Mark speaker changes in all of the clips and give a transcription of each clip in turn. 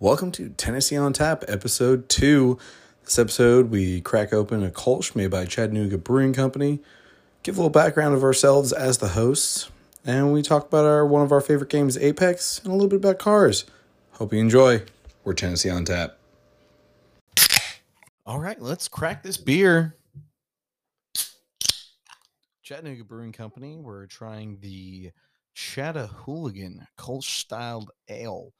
Speaker 1: Welcome to Tennessee on Tap, episode two. This episode, we crack open a Kolsch made by Chattanooga Brewing Company, give a little background of ourselves as the hosts, and we talk about our one of our favorite games, Apex, and a little bit about cars. Hope you enjoy. We're Tennessee on Tap. All right, let's crack this beer. Chattanooga Brewing Company, we're trying the Chattahooligan Kolsch styled ale.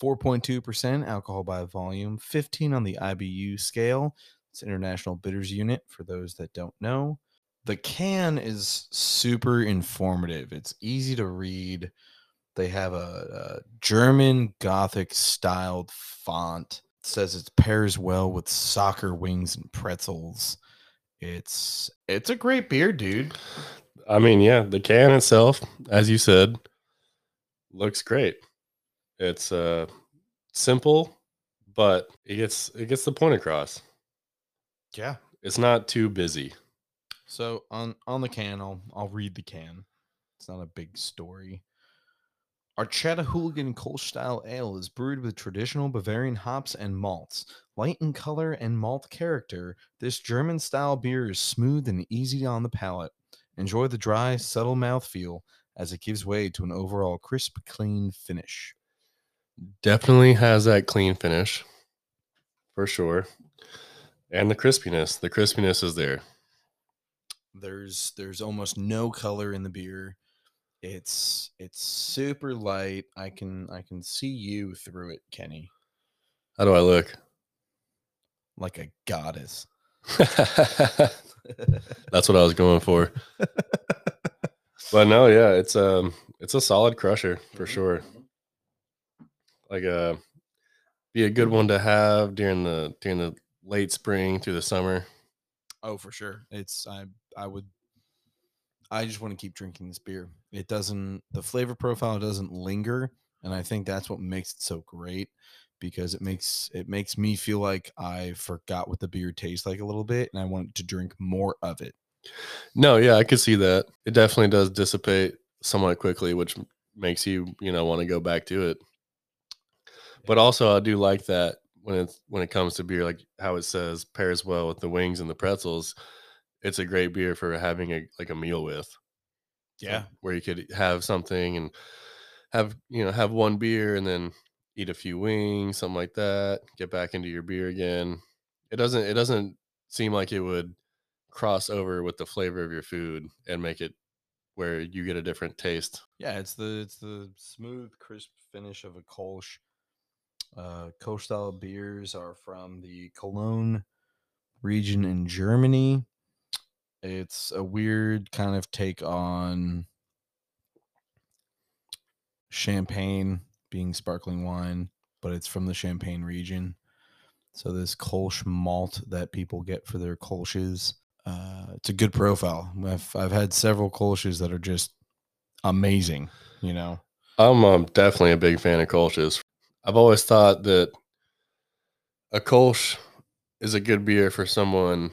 Speaker 1: 4.2% alcohol by volume, 15 on the IBU scale. It's International Bitters Unit for those that don't know. The can is super informative. It's easy to read. They have a, a German Gothic styled font. It says it pairs well with soccer wings and pretzels. It's it's a great beer, dude.
Speaker 2: I mean, yeah, the can itself, as you said, looks great. It's uh simple, but it gets it gets the point across.
Speaker 1: Yeah.
Speaker 2: It's not too busy.
Speaker 1: So on on the can, I'll I'll read the can. It's not a big story. Our Chattahooligan Kolsch style ale is brewed with traditional Bavarian hops and malts. Light in color and malt character, this German style beer is smooth and easy on the palate. Enjoy the dry, subtle mouthfeel as it gives way to an overall crisp, clean finish.
Speaker 2: Definitely has that clean finish. For sure. And the crispiness. The crispiness is there.
Speaker 1: There's there's almost no color in the beer. It's it's super light. I can I can see you through it, Kenny,
Speaker 2: How do I look?
Speaker 1: like a goddess.
Speaker 2: That's what I was going for. but no, yeah, it's um it's a solid crusher for sure. Like uh be a good one to have during the during the late spring through the summer.
Speaker 1: Oh, for sure. It's I I would I just want to keep drinking this beer. It doesn't the flavor profile doesn't linger, and I think that's what makes it so great because it makes it makes me feel like I forgot what the beer tastes like a little bit and I want to drink more of it.
Speaker 2: No, yeah, I could see that. It definitely does dissipate somewhat quickly, which m- makes you, you know, want to go back to it. But also, I do like that when it's when it comes to beer, like how it says pairs well with the wings and the pretzels. It's a great beer for having a like a meal with. like, where you could have something and have you know have one beer and then eat a few wings something like that get back into your beer again it doesn't it doesn't seem like it would cross over with the flavor of your food and make it where you get a different taste
Speaker 1: Yeah, it's the it's the smooth, crisp finish of a Kolsch. Uh, Kolsch style beers are from the Cologne region in Germany. It's a weird kind of take on champagne being sparkling wine, but it's from the Champagne region. So this Kolsch malt that people get for their Kolsches, uh, it's a good profile. I've I've had several Kolsches that are just amazing. You know,
Speaker 2: i'm um, definitely a big fan of kolsch's i've always thought that a kolsch is a good beer for someone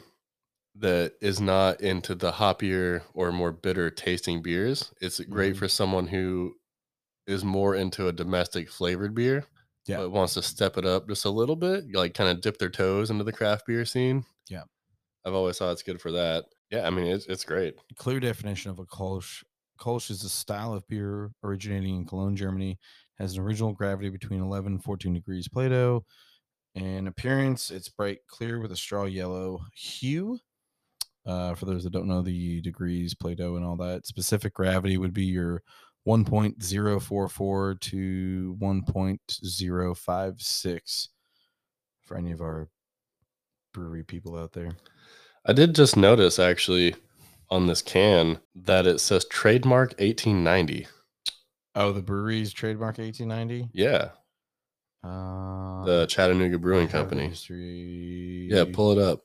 Speaker 2: that is not into the hoppier or more bitter tasting beers. It's great
Speaker 1: Mhm.
Speaker 2: for someone who is more into a domestic flavored beer,
Speaker 1: Yeah.
Speaker 2: but wants to step it up just a little bit, like kind of dip their toes into the craft beer scene.
Speaker 1: Yeah.
Speaker 2: I've always thought it's good for that. Yeah, I mean it's it's great.
Speaker 1: clear definition of a Kolsch. Kolsch is a style of beer originating in Cologne, Germany. Has an original gravity between 11 and 14 degrees Plato. In appearance, it's bright clear with a straw yellow hue. Uh, for those that don't know the degrees Plato and all that, specific gravity would be your 1.044 to 1.056 for any of our brewery people out there.
Speaker 2: I did just notice actually on this can that it says trademark 1890.
Speaker 1: Oh, the brewery's trademark 1890?
Speaker 2: Yeah,
Speaker 1: Uh,
Speaker 2: the Chattanooga Brewing
Speaker 1: I have the
Speaker 2: Company.
Speaker 1: History.
Speaker 2: Yeah, pull it up.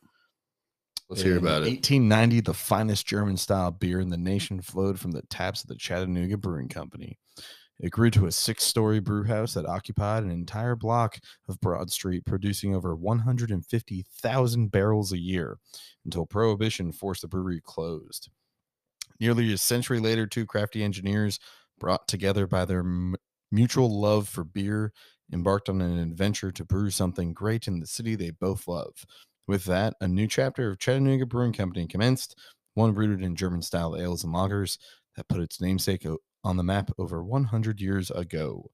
Speaker 2: Let's hear
Speaker 1: In
Speaker 2: about it.
Speaker 1: 1890, the finest German style beer in the nation flowed from the taps of the Chattanooga Brewing Company. It grew to a six story brew house that occupied an entire block of Broad Street, producing over 150,000 barrels a year until Prohibition forced the brewery closed. Nearly a century later, two crafty engineers, brought together by their m- mutual love for beer embarked on an adventure to brew something great in the city they both love. With that, a new chapter of Chattanooga Brewing Company commenced, one rooted in German style ales and lagers that put its namesake o- on the map over 100 years ago.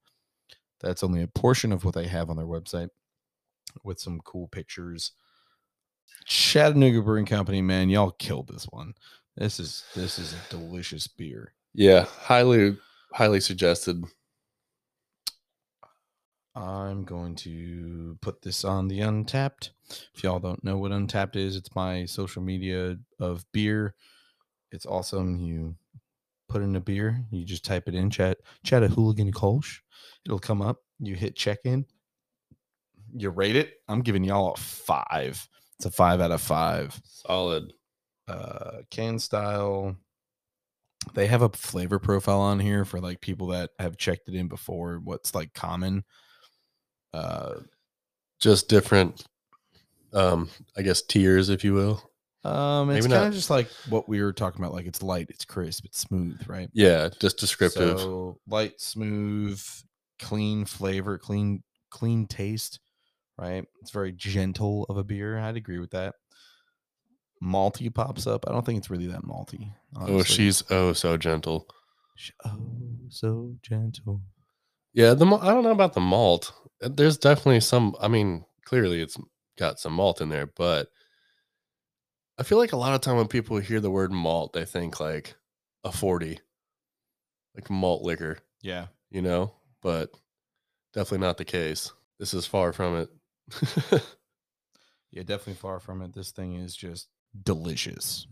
Speaker 1: That's only a portion of what they have on their website with some cool pictures. Chattanooga Brewing Company, man, y'all killed this one. This is this is a delicious beer.
Speaker 2: Yeah, highly highly suggested.
Speaker 1: I'm going to put this on the Untapped. If y'all don't know what Untapped is, it's my social media of beer. It's awesome. You put in a beer, you just type it in chat Chattahooligan Kolsch. It'll come up. You hit check in. You rate it. I'm giving y'all a five. It's a five out of five.
Speaker 2: Solid.
Speaker 1: uh can style they have a flavor profile on here for like people that have checked it in before what's like common uh
Speaker 2: Just different um I guess tiers if you will.
Speaker 1: um it's
Speaker 2: Maybe
Speaker 1: kind
Speaker 2: not-
Speaker 1: of just like what we were talking about like it's light it's crisp it's smooth right
Speaker 2: Yeah, just descriptive.
Speaker 1: so light smooth clean flavor clean clean taste right it's very gentle of a beer i'd agree with that malty pops up i don't think it's really that malty
Speaker 2: oh,
Speaker 1: honestly.
Speaker 2: she's oh so gentle.
Speaker 1: Sh- oh so gentle
Speaker 2: Yeah, the mal- I don't know about the malt. Uh, There's definitely some. I mean, clearly it's got some malt in there, but I feel like a lot of time when people hear the word malt, they think like a forty, like malt liquor,
Speaker 1: Yeah.
Speaker 2: you know. But definitely not the case. This is far from it.
Speaker 1: Yeah, definitely far from it. This thing is just delicious.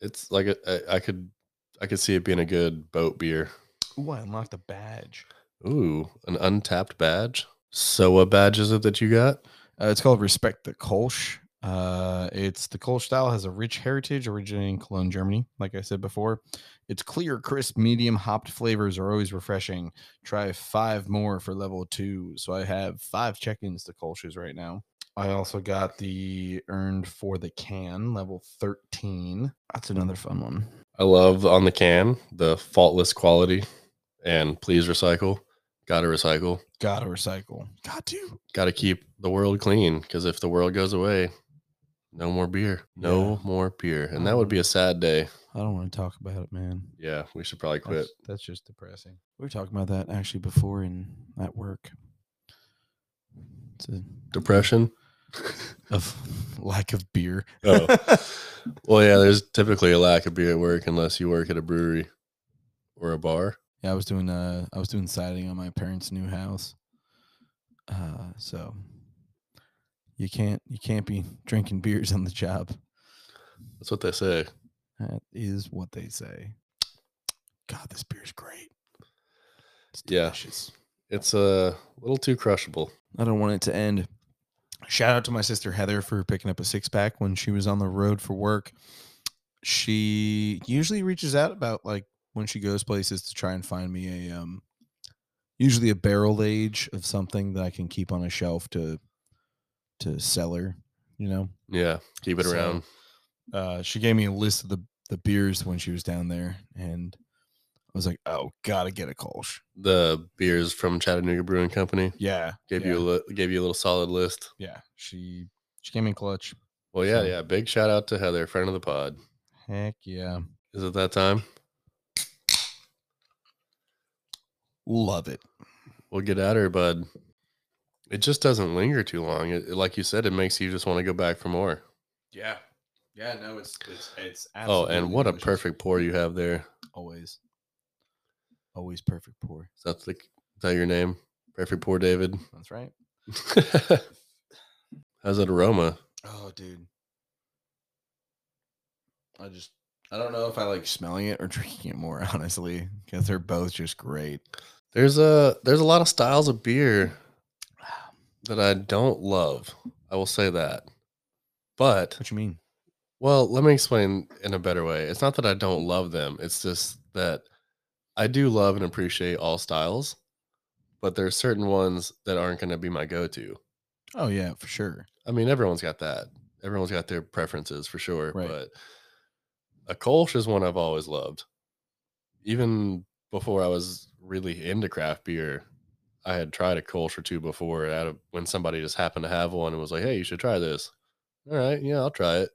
Speaker 2: it's like a, I, I could, I could see it being a good boat beer.
Speaker 1: Ooh, I unlocked a badge.
Speaker 2: Ooh, an untapped badge. So what badge is it that you got?
Speaker 1: Uh, it's called Respect the Kolsch. Uh, it's the Kolsch style has a rich heritage originating in Cologne, Germany. Like I said before, its clear, crisp, medium hopped flavors are always refreshing. Try five more for level two. So I have five check ins to Kolsch's right now. I also got the earned for the can level 13. That's another fun one.
Speaker 2: I love on the can the faultless quality and please recycle. Gotta recycle.
Speaker 1: Gotta recycle. Got to.
Speaker 2: Gotta keep the world clean because if the world goes away, no more beer. No
Speaker 1: Yeah. Mm-hmm.
Speaker 2: more beer. And that would be a sad day.
Speaker 1: I don't want to talk about it, man.
Speaker 2: Yeah, we should probably quit.
Speaker 1: That's, that's just depressing. We were talking about that actually before in at work. It's a,
Speaker 2: Depression.
Speaker 1: of lack of beer.
Speaker 2: Oh. well, yeah, there's typically a lack of beer at work unless you work at a brewery or a bar.
Speaker 1: yeah, I was doing uh I was doing siding on my parents' new house. Uh so you can't you can't be drinking beers on the job.
Speaker 2: That's what they say.
Speaker 1: That is what they say. God, this beer's great. It's
Speaker 2: Yeah.
Speaker 1: delicious.
Speaker 2: It's a little too crushable.
Speaker 1: I don't want it to end. Shout out to my sister Heather for picking up a six pack when she was on the road for work. She usually reaches out about like when she goes places to try and find me a um usually a barrel age of something that I can keep on a shelf to to sell her, you know.
Speaker 2: Yeah, keep it
Speaker 1: So-
Speaker 2: around.
Speaker 1: Uh she gave me a list of the the beers when she was down there and I was like, "Oh, got to get a Kolsch."
Speaker 2: The beers from Chattanooga Brewing Company
Speaker 1: Yeah.
Speaker 2: gave
Speaker 1: yeah,
Speaker 2: you a li- gave you a little solid list.
Speaker 1: Yeah. She she came in clutch.
Speaker 2: Well, yeah,
Speaker 1: So-
Speaker 2: yeah. Big shout out to Heather, friend of the pod.
Speaker 1: Heck yeah.
Speaker 2: Is it that time?
Speaker 1: Love it.
Speaker 2: We'll get at her, bud. It just doesn't linger too long. It, it- like you said, it makes you just want to go back for more.
Speaker 1: Yeah. Yeah, no, it's it's it's
Speaker 2: oh, and what a perfect pour you have there.
Speaker 1: always. Always perfect pour.
Speaker 2: Is that, the, is that your name? Perfect pour, David.
Speaker 1: That's right.
Speaker 2: How's that aroma?
Speaker 1: Oh, dude. I just I don't know if I like smelling it or drinking it more, honestly, because they're both just great.
Speaker 2: There's a there's a lot of styles of beer that I don't love. I will say that. But
Speaker 1: What you mean?
Speaker 2: Well, let me explain in a better way. It's not that I don't love them. It's just that I do love and appreciate all styles, but there are certain ones that aren't going to be my go-to.
Speaker 1: Oh yeah, for sure.
Speaker 2: I mean, everyone's got that. Everyone's got their preferences for sure,
Speaker 1: Right.
Speaker 2: but a Kolsch is one I've always loved. Even before I was really into craft beer, I had tried a Kolsch or two before out of when somebody just happened to have one and was like, "Hey, you should try this." All right, yeah, I'll try it.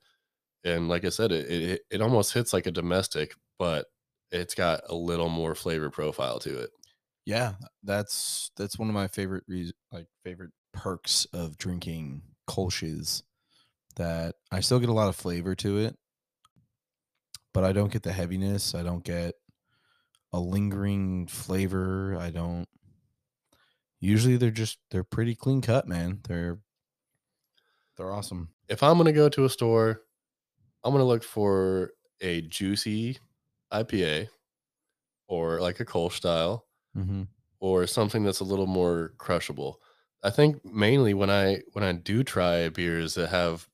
Speaker 2: And like I said, it it, it almost hits like a domestic, but it's got a little more flavor profile to it.
Speaker 1: Yeah, that's that's one of my favorite reas like favorite perks of drinking Kolsch's that I still get a lot of flavor to it, but I don't get the heaviness. I don't get a lingering flavor. I don't usually they're just they're pretty clean cut, man. They're they're awesome.
Speaker 2: If I'm gonna go to a store, I'm gonna look for a juicy IPA or like a Kolsch style
Speaker 1: Mm-hmm.
Speaker 2: or something that's a little more crushable. I think mainly when I when I do try beers that have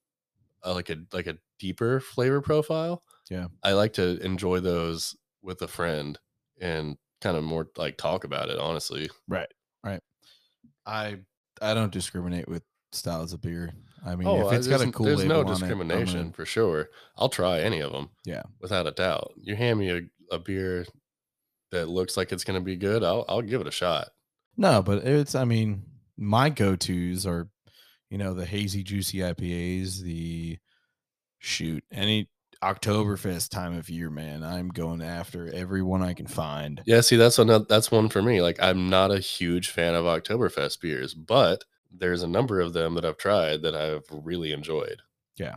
Speaker 2: a, like a like a deeper flavor profile,
Speaker 1: Yeah.
Speaker 2: I like to enjoy those with a friend and kind of more like talk about it. Honestly,
Speaker 1: I I don't discriminate with styles of beer. I mean,
Speaker 2: oh,
Speaker 1: if
Speaker 2: I-
Speaker 1: it's got a
Speaker 2: there's-
Speaker 1: cool
Speaker 2: there's no
Speaker 1: label on it, I'm gonna-
Speaker 2: discrimination for sure. I'll try any of them.
Speaker 1: Yeah.
Speaker 2: without a doubt. You hand me a, a beer that looks like it's gonna be good, I'll I'll give it a shot.
Speaker 1: No, but it's I mean, my go-tos are you know, the hazy juicy IPAs, the shoot, any Oktoberfest time of year, man. I'm going after everyone I can find.
Speaker 2: Yeah, see, that's another that's one for me. Like I'm not a huge fan of Oktoberfest beers, but there's a number of them that I've tried that I've really enjoyed.
Speaker 1: Yeah,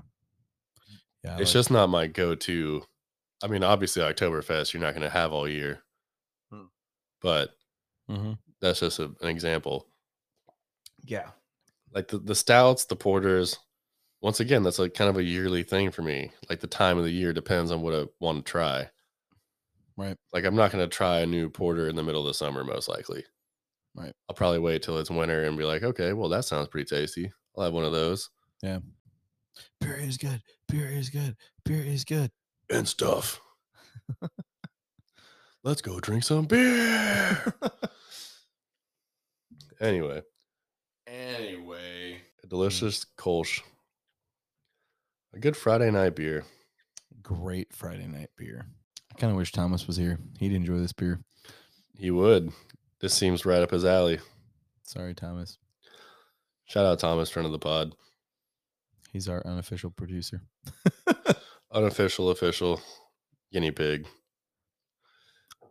Speaker 2: it's just not my go-to. I mean, obviously Oktoberfest you're not gonna have all year.
Speaker 1: Hmm.
Speaker 2: But
Speaker 1: Mhm.
Speaker 2: that's just a, an example.
Speaker 1: yeah.
Speaker 2: Like the, the stouts, the porters, once again, that's like kind of a yearly thing for me. Like the time of the year depends on what I want to try.
Speaker 1: Right.
Speaker 2: Like I'm not going to try a new porter in the middle of the summer, most likely.
Speaker 1: Right.
Speaker 2: I'll probably wait till it's winter and be like, okay, well that sounds pretty tasty. I'll have one of those
Speaker 1: Beer is good. Beer is good. Beer is good.
Speaker 2: and stuff. Let's go drink some beer. anyway,
Speaker 1: Anyway, Hmm.
Speaker 2: a delicious Kolsch. A good Friday night beer.
Speaker 1: great Friday night beer. I kind of wish Thomas was here. He'd enjoy this beer.
Speaker 2: He would. This seems right up his alley.
Speaker 1: Sorry, Thomas.
Speaker 2: Shout out Thomas, friend of the pod.
Speaker 1: He's our unofficial producer.
Speaker 2: Unofficial, official guinea pig.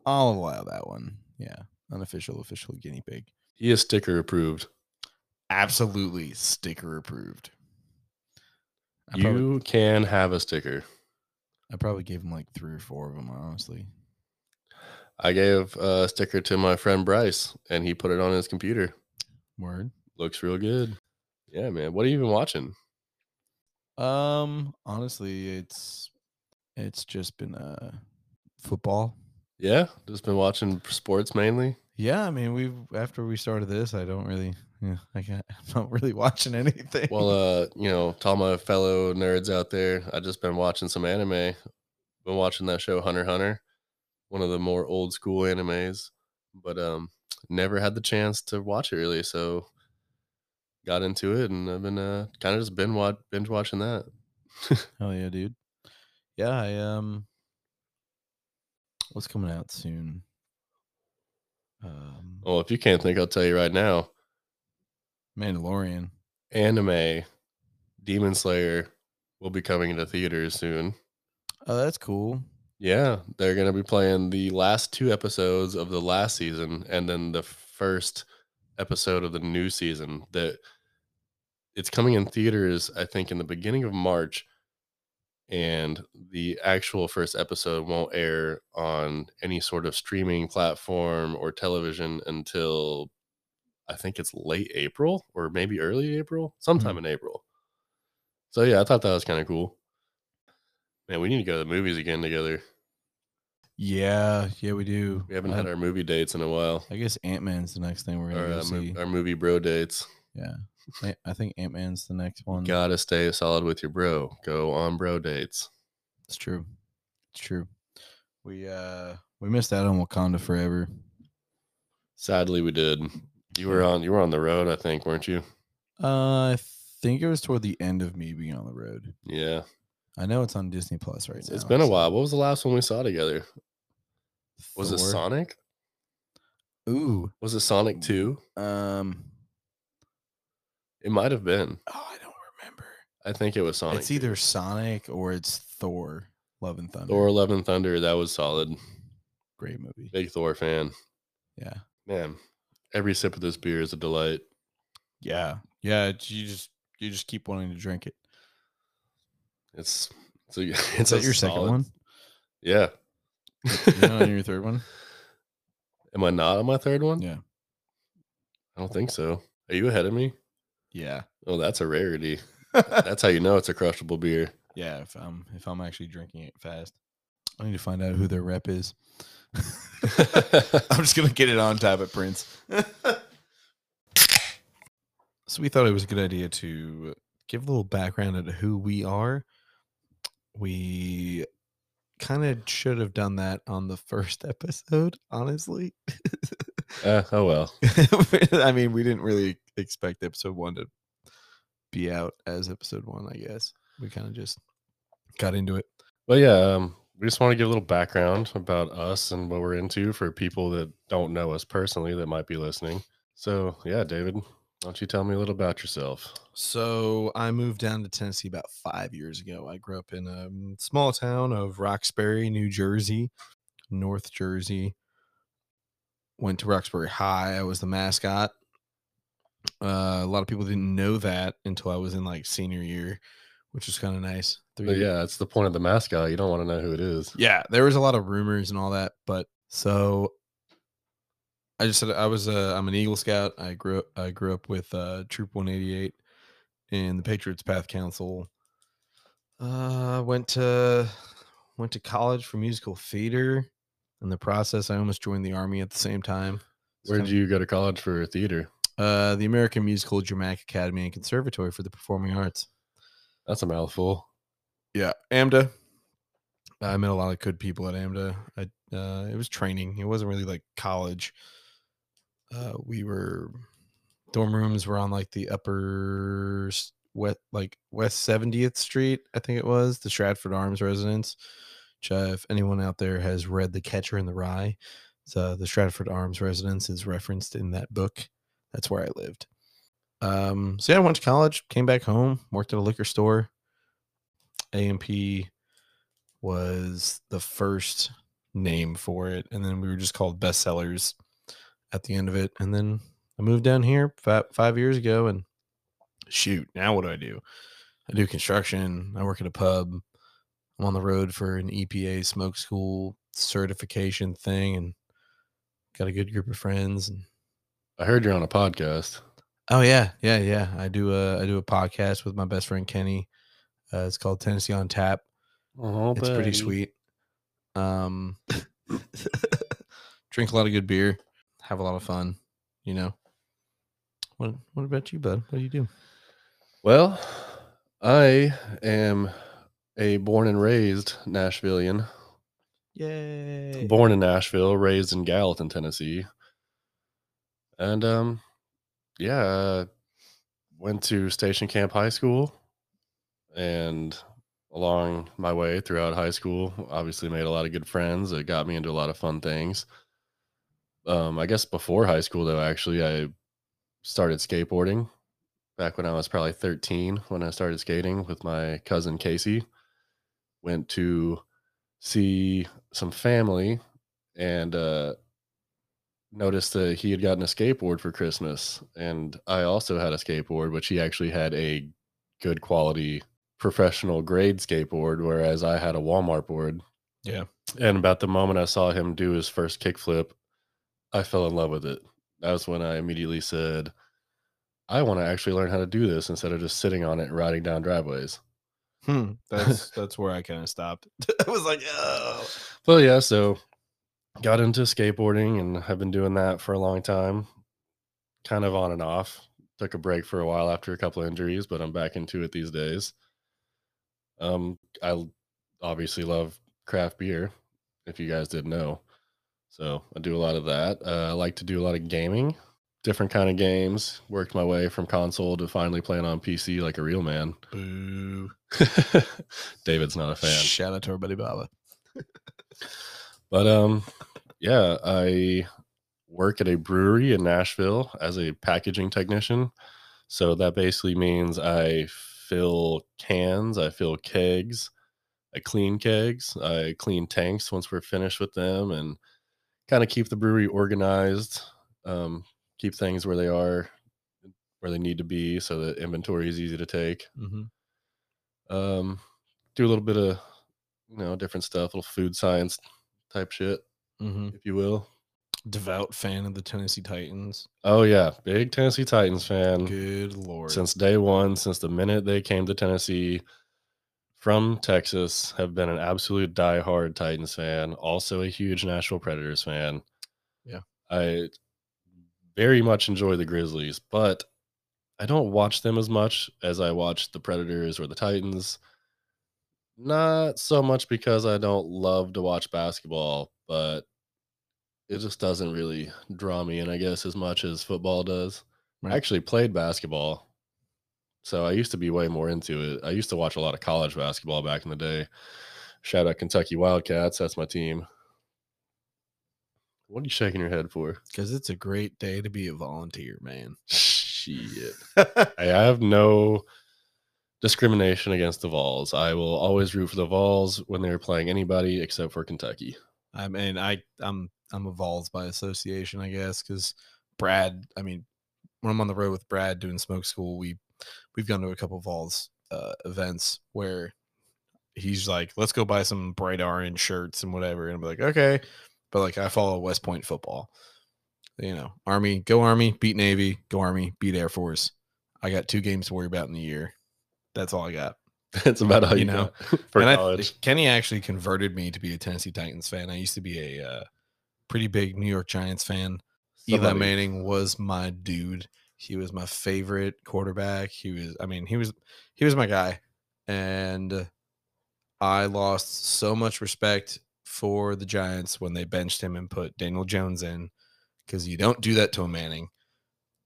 Speaker 1: I'll allow that one. Yeah. Unofficial, official guinea pig.
Speaker 2: He is sticker approved.
Speaker 1: Absolutely sticker approved. I,
Speaker 2: you
Speaker 1: probably,
Speaker 2: can have a sticker.
Speaker 1: I probably gave him like three or four of them, honestly.
Speaker 2: I gave a sticker to my friend Bryce and he put it on his computer.
Speaker 1: Word.
Speaker 2: Looks real good. Yeah, man. What are you even watching?
Speaker 1: Um, honestly, it's it's just been uh football.
Speaker 2: Yeah, just been watching sports mainly.
Speaker 1: Yeah, I mean, we've after we started this, I don't really, yeah, I can't, I'm not really watching anything.
Speaker 2: Well, uh, you know, to all my fellow nerds out there, I just been watching some anime. Been watching that show Hunter x Hunter, one of the more old school animes, but um, never had the chance to watch it really. So, got into it, and I've been uh, kind of just been wa- binge watching that.
Speaker 1: hell yeah, dude. Yeah, I um, what's coming out soon? Um,
Speaker 2: Well, if you can't think, I'll tell you right now.
Speaker 1: Mandalorian.
Speaker 2: Anime, Demon Slayer will be coming into theaters soon.
Speaker 1: Oh, that's cool.
Speaker 2: Yeah, they're going to be playing the last two episodes of the last season and then the first episode of the new season that it's coming in theaters I think in the beginning of March and the actual first episode won't air on any sort of streaming platform or television until I think it's late April or maybe early April, sometime in April. So yeah, I thought that was kind of cool. Man, we need to go to the movies again together.
Speaker 1: Yeah, yeah, we do.
Speaker 2: We haven't
Speaker 1: I,
Speaker 2: had our movie dates in a while.
Speaker 1: I guess Ant Man's the next thing we're gonna
Speaker 2: Our,
Speaker 1: go
Speaker 2: uh, mo-
Speaker 1: see.
Speaker 2: our movie bro dates.
Speaker 1: Ant- I think Ant Man's the next one.
Speaker 2: Gotta stay solid with your bro. Go on bro dates.
Speaker 1: It's true. It's true. We uh we missed out on Wakanda Forever.
Speaker 2: Sadly, we did. You were on. You were on the road, I think, weren't you?
Speaker 1: Uh, I think it was toward the end of me being on the road.
Speaker 2: Yeah.
Speaker 1: I know it's on Disney Plus right
Speaker 2: It's-
Speaker 1: now.
Speaker 2: it's been a
Speaker 1: so-
Speaker 2: while. What was the last one we saw together? Was it
Speaker 1: Thor.
Speaker 2: Sonic?
Speaker 1: Ooh.
Speaker 2: Was it
Speaker 1: Mm.
Speaker 2: Sonic Two?
Speaker 1: Um.
Speaker 2: It might have been.
Speaker 1: Oh, I don't remember.
Speaker 2: I think it was Sonic.
Speaker 1: it's either Sonic or it's Thor. Love and Thunder.
Speaker 2: Thor: Love and Thunder. That was solid.
Speaker 1: Great movie.
Speaker 2: Big Thor fan.
Speaker 1: Yeah.
Speaker 2: Man, every sip of this beer is a delight.
Speaker 1: Yeah. Yeah. it's- You just you just keep wanting to drink it.
Speaker 2: It's it's a, it's
Speaker 1: Is that
Speaker 2: a
Speaker 1: your second
Speaker 2: solid-
Speaker 1: one?
Speaker 2: Yeah.
Speaker 1: Is that on your third one?
Speaker 2: Am I not on my third one?
Speaker 1: Yeah.
Speaker 2: I don't think so. Are you ahead of me?
Speaker 1: Yeah.
Speaker 2: Oh, that's a rarity. That's how you know it's a crushable beer.
Speaker 1: yeah. If I'm if I'm actually drinking it fast, I need to find out who their rep is. I'm just gonna get it on tap at Prince. so we thought it was a good idea to give a little background into who we are. We kind of should have done that on the first episode, honestly.
Speaker 2: Uh, oh well.
Speaker 1: I mean, we didn't really expect episode one to be out as episode one, I guess. We kind of just got into it.
Speaker 2: But yeah, um, we just want to give a little background about us and what we're into for people that don't know us personally that might be listening. So yeah, David, why don't you tell me a little about yourself?
Speaker 1: So I moved down to Tennessee about five years ago. I grew up in a mm, small town of Roxbury, New Jersey, North Jersey. Went to Roxbury High. I was the mascot. Uh, a lot of people didn't know that until I was in like senior year, which was kind of nice.
Speaker 2: But
Speaker 1: years-
Speaker 2: yeah, that's the point of the mascot. You don't want to know who it is.
Speaker 1: yeah, there was a lot of rumors and all that, but so I just said I was a I'm an Eagle Scout. I grew up I grew up with uh, Troop 188 in the Patriots Path Council. Uh, went to went to college for musical theater. In the process, I almost joined the army at the same time. It's
Speaker 2: Where
Speaker 1: kind
Speaker 2: did you go to college for theater?
Speaker 1: of- Uh, the American Musical Dramatic Academy and Conservatory for the Performing Arts.
Speaker 2: That's a mouthful.
Speaker 1: Yeah, AMDA. I met a lot of good people at AMDA. I, uh, it was training. It wasn't really like college. Uh, we were dorm rooms were on like the upper s- wet like West Seventieth Street, I think it was the Stratford Arms residence. Which, uh, if anyone out there has read The Catcher in the Rye, it's, uh, the Stratford Arms residence is referenced in that book. That's where I lived. Um, so yeah, I went to college, came back home, worked at a liquor store. AMP was the first name for it, and then we were just called bestsellers at the end of it. And then I moved down here five, five years ago, and shoot, now what do I do? I do construction. I work at a pub. I'm on the road for an EPA smoke school certification thing, and got a good group of friends. And
Speaker 2: I heard you're on a podcast.
Speaker 1: Oh yeah, yeah, yeah. I do a I do a podcast with my best friend Kenny. Uh, it's called Tennessee on Tap.
Speaker 2: Oh,
Speaker 1: it's pretty sweet. Um, drink a lot of good beer, have a lot of fun. You know. What What about you, bud? What do you do?
Speaker 2: Well, I am a born and raised Nashvilleian.
Speaker 1: Yay!
Speaker 2: Born in Nashville, raised in Gallatin, Tennessee. And um yeah, uh, went to Station Camp High School and along my way throughout high school, obviously made a lot of good friends. It got me into a lot of fun things. Um I guess before high school though, actually I started skateboarding back when I was probably 13 when I started skating with my cousin Casey. Went to see some family and uh noticed that he had gotten a skateboard for Christmas and I also had a skateboard which he actually had a good quality professional grade skateboard whereas I had a Walmart board.
Speaker 1: Yeah.
Speaker 2: And about the moment I saw him do his first kickflip, I fell in love with it. That's when I immediately said I want to actually learn how to do this instead of just sitting on it and riding down driveways.
Speaker 1: Hmm, that's that's where I kind of stopped. I was like, oh,
Speaker 2: Well, yeah, so got into skateboarding and have been doing that for a long time, kind of on and off. Took a break for a while after a couple of injuries, but I'm back into it these days. Um, I l- obviously love craft beer, if you guys didn't know. So I do a lot of that. Uh, I like to do a lot of gaming, different kind of games. Worked my way from console to finally playing on PC like a real man.
Speaker 1: boo!
Speaker 2: David's not a fan.
Speaker 1: Shout out to our buddy Baba.
Speaker 2: But um, yeah, I work at a brewery in Nashville as a packaging technician. So that basically means I fill cans, I fill kegs, I clean kegs, I clean tanks once we're finished with them, and kind of keep the brewery organized, um, keep things where they are, where they need to be, so that inventory is easy to take.
Speaker 1: Mm-hmm.
Speaker 2: Um, do a little bit of you know different stuff, little food science type shit,
Speaker 1: Mm-hmm.
Speaker 2: if you will.
Speaker 1: Devout fan of the Tennessee Titans.
Speaker 2: Oh yeah, big Tennessee Titans fan.
Speaker 1: Good lord.
Speaker 2: since day one, since the minute they came to Tennessee from Texas, have been an absolute diehard Titans fan, also a huge Nashville Predators fan.
Speaker 1: Yeah.
Speaker 2: I very much enjoy the Grizzlies, but I don't watch them as much as I watch the Predators or the Titans. Not so much because I don't love to watch basketball, but it just doesn't really draw me in, I guess, as much as football does.
Speaker 1: Right.
Speaker 2: I actually played basketball. So I used to be way more into it. I used to watch a lot of college basketball back in the day. Shout out Kentucky Wildcats. That's my team. What are you shaking your head for?
Speaker 1: Because it's a great day to be a volunteer, man.
Speaker 2: Shit. I have no discrimination against the Vols. I will always root for the Vols when they're playing anybody except for Kentucky.
Speaker 1: I mean, I I'm I'm a Vols by association, I guess, because Brad. I mean, when I'm on the road with Brad doing Smoke School, we we've gone to a couple Vols uh, events where he's like, "Let's go buy some bright orange shirts and whatever," and I'm like, "Okay," but like I follow West Point football. You know, Army, go Army, beat Navy, go Army, beat Air Force. I got two games to worry about in the year. That's all I got.
Speaker 2: That's about all
Speaker 1: You
Speaker 2: you,
Speaker 1: know,
Speaker 2: know for
Speaker 1: And I-
Speaker 2: college.
Speaker 1: Kenny actually converted me to be a Tennessee Titans fan. I used to be a uh, pretty big New York Giants fan. Eli
Speaker 2: Somebody-
Speaker 1: Manning was my dude. He was my favorite quarterback. He was, I mean, he was, he was my guy, and I lost so much respect for the Giants when they benched him and put Daniel Jones in, because you don't do that to a Manning.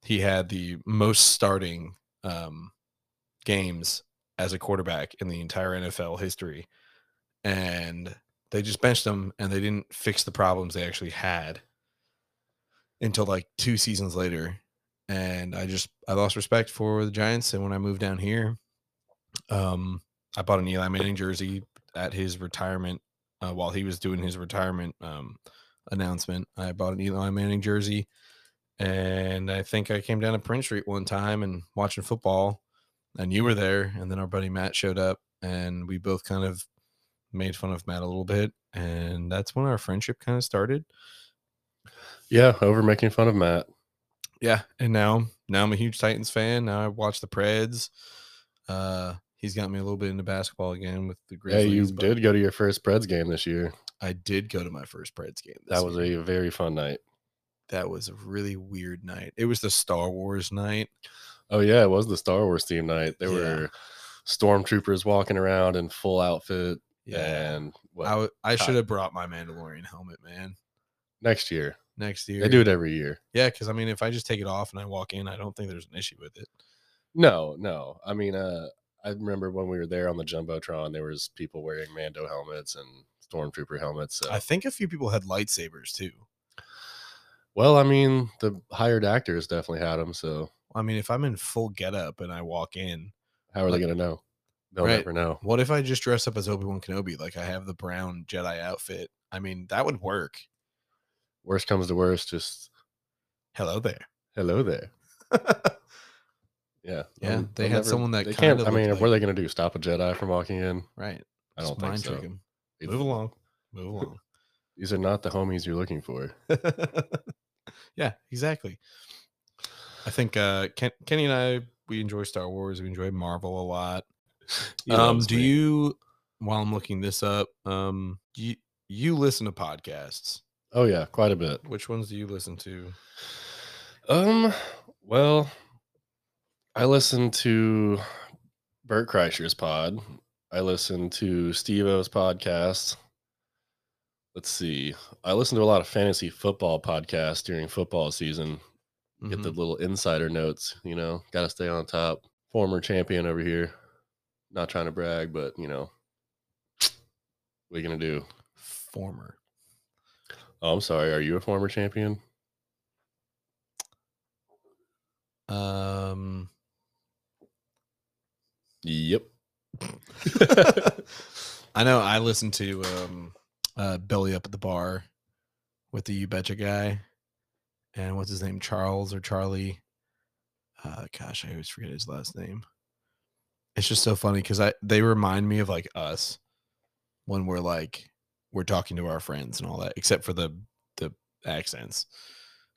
Speaker 1: He had the most starting um, games as a quarterback in the entire NFL history, and they just benched him and they didn't fix the problems they actually had until like two seasons later. And I just I lost respect for the Giants. And when I moved down here, um, I bought an Eli Manning jersey at his retirement uh, while he was doing his retirement um, announcement. I bought an Eli Manning jersey, and I think I came down to Prince Street one time and watching football, and you were there, and then our buddy Matt showed up, and we both kind of made fun of Matt a little bit, and that's when our friendship kind of started.
Speaker 2: Yeah, over making fun of Matt.
Speaker 1: Yeah, and now now I'm a huge Titans fan. Now I watch the Preds. Uh, he's got me a little bit into basketball again with the
Speaker 2: Yeah,
Speaker 1: Grizzlies.
Speaker 2: you
Speaker 1: but
Speaker 2: did go to your first Preds game this year.
Speaker 1: I did go to my first Preds game. this
Speaker 2: That was
Speaker 1: year.
Speaker 2: a very fun night.
Speaker 1: that was a really weird night. It was the Star Wars night.
Speaker 2: Oh yeah, it was the Star Wars theme night. There
Speaker 1: Yeah.
Speaker 2: were stormtroopers walking around in full outfit. And what
Speaker 1: I w- I should
Speaker 2: Hot.
Speaker 1: have brought my Mandalorian helmet, man.
Speaker 2: next year?
Speaker 1: Next year,
Speaker 2: They do it every year.
Speaker 1: Yeah, because I mean, if I just take it off and I walk in, I don't think there's an issue with it.
Speaker 2: No, no. I mean, uh, I remember when we were there on the jumbotron, there was people wearing Mando helmets and stormtrooper helmets. So.
Speaker 1: I think a few people had lightsabers too.
Speaker 2: well, I mean, the hired actors definitely had them. So
Speaker 1: I mean, if I'm in full getup and I walk in,
Speaker 2: how are
Speaker 1: Like-
Speaker 2: they going to know? They'll
Speaker 1: Right.
Speaker 2: never know.
Speaker 1: What if I just dress up as Obi Wan Kenobi? Like I have the brown Jedi outfit. I mean, that would work.
Speaker 2: Worst comes to worst, just
Speaker 1: Hello there.
Speaker 2: hello there. Yeah,
Speaker 1: Yeah,
Speaker 2: they'll-
Speaker 1: they
Speaker 2: they'll
Speaker 1: had someone that
Speaker 2: they can't.
Speaker 1: kinda
Speaker 2: I mean,
Speaker 1: looked
Speaker 2: what are they going to do? Stop a Jedi from walking in?
Speaker 1: Right.
Speaker 2: I
Speaker 1: Just
Speaker 2: don't think
Speaker 1: mind
Speaker 2: so.
Speaker 1: trick 'em.
Speaker 2: It's-
Speaker 1: Move along. Move along.
Speaker 2: These are not the homies you're looking for.
Speaker 1: yeah, exactly. I think uh, Ken- Kenny and I we enjoy Star Wars. We enjoy Marvel a lot.
Speaker 2: He
Speaker 1: Um,
Speaker 2: loves
Speaker 1: do
Speaker 2: me.
Speaker 1: you? While I'm looking this up, um, you you listen to podcasts.
Speaker 2: Oh yeah, quite a bit.
Speaker 1: Which ones do you listen to?
Speaker 2: Um, well, I listen to Bert Kreischer's pod. I listen to Steve O's podcast. Let's see. I listen to a lot of fantasy football podcasts during football season. Get the little insider notes, you know, gotta stay on top. Former champion over here. Not trying to brag, but you know. What are you gonna do?
Speaker 1: Mm-hmm. former.
Speaker 2: Oh, I'm sorry. Are you a former champion?
Speaker 1: Um,
Speaker 2: Yep.
Speaker 1: I know I listened to um, uh, Belly Up at the Bar with the You Betcha guy. And what's his name? Charles or Charlie? Uh, gosh, I always forget his last name. It's just so funny because I they remind me of like us when we're like we're talking to our friends and all that, except for the the accents.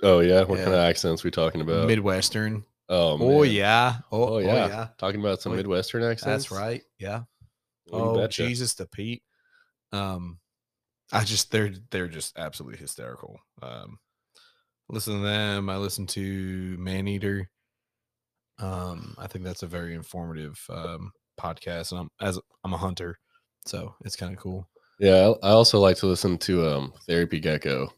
Speaker 2: oh yeah. What
Speaker 1: Yeah.
Speaker 2: kind of accents we talking about?
Speaker 1: Midwestern.
Speaker 2: oh,
Speaker 1: Oh,
Speaker 2: man.
Speaker 1: yeah. Oh,
Speaker 2: Oh,
Speaker 1: oh,
Speaker 2: yeah.
Speaker 1: yeah.
Speaker 2: Talking about some
Speaker 1: Wait,
Speaker 2: Midwestern accents.
Speaker 1: That's right. Yeah.
Speaker 2: You
Speaker 1: Oh
Speaker 2: betcha.
Speaker 1: Jesus to Pete. Um I just they're they're just absolutely hysterical. Um listen to them. I listen to Man Eater. Um I think that's a very informative um podcast and I'm as I'm a hunter, so it's kind of cool.
Speaker 2: Yeah. I I also like to listen to um Therapy Gecko.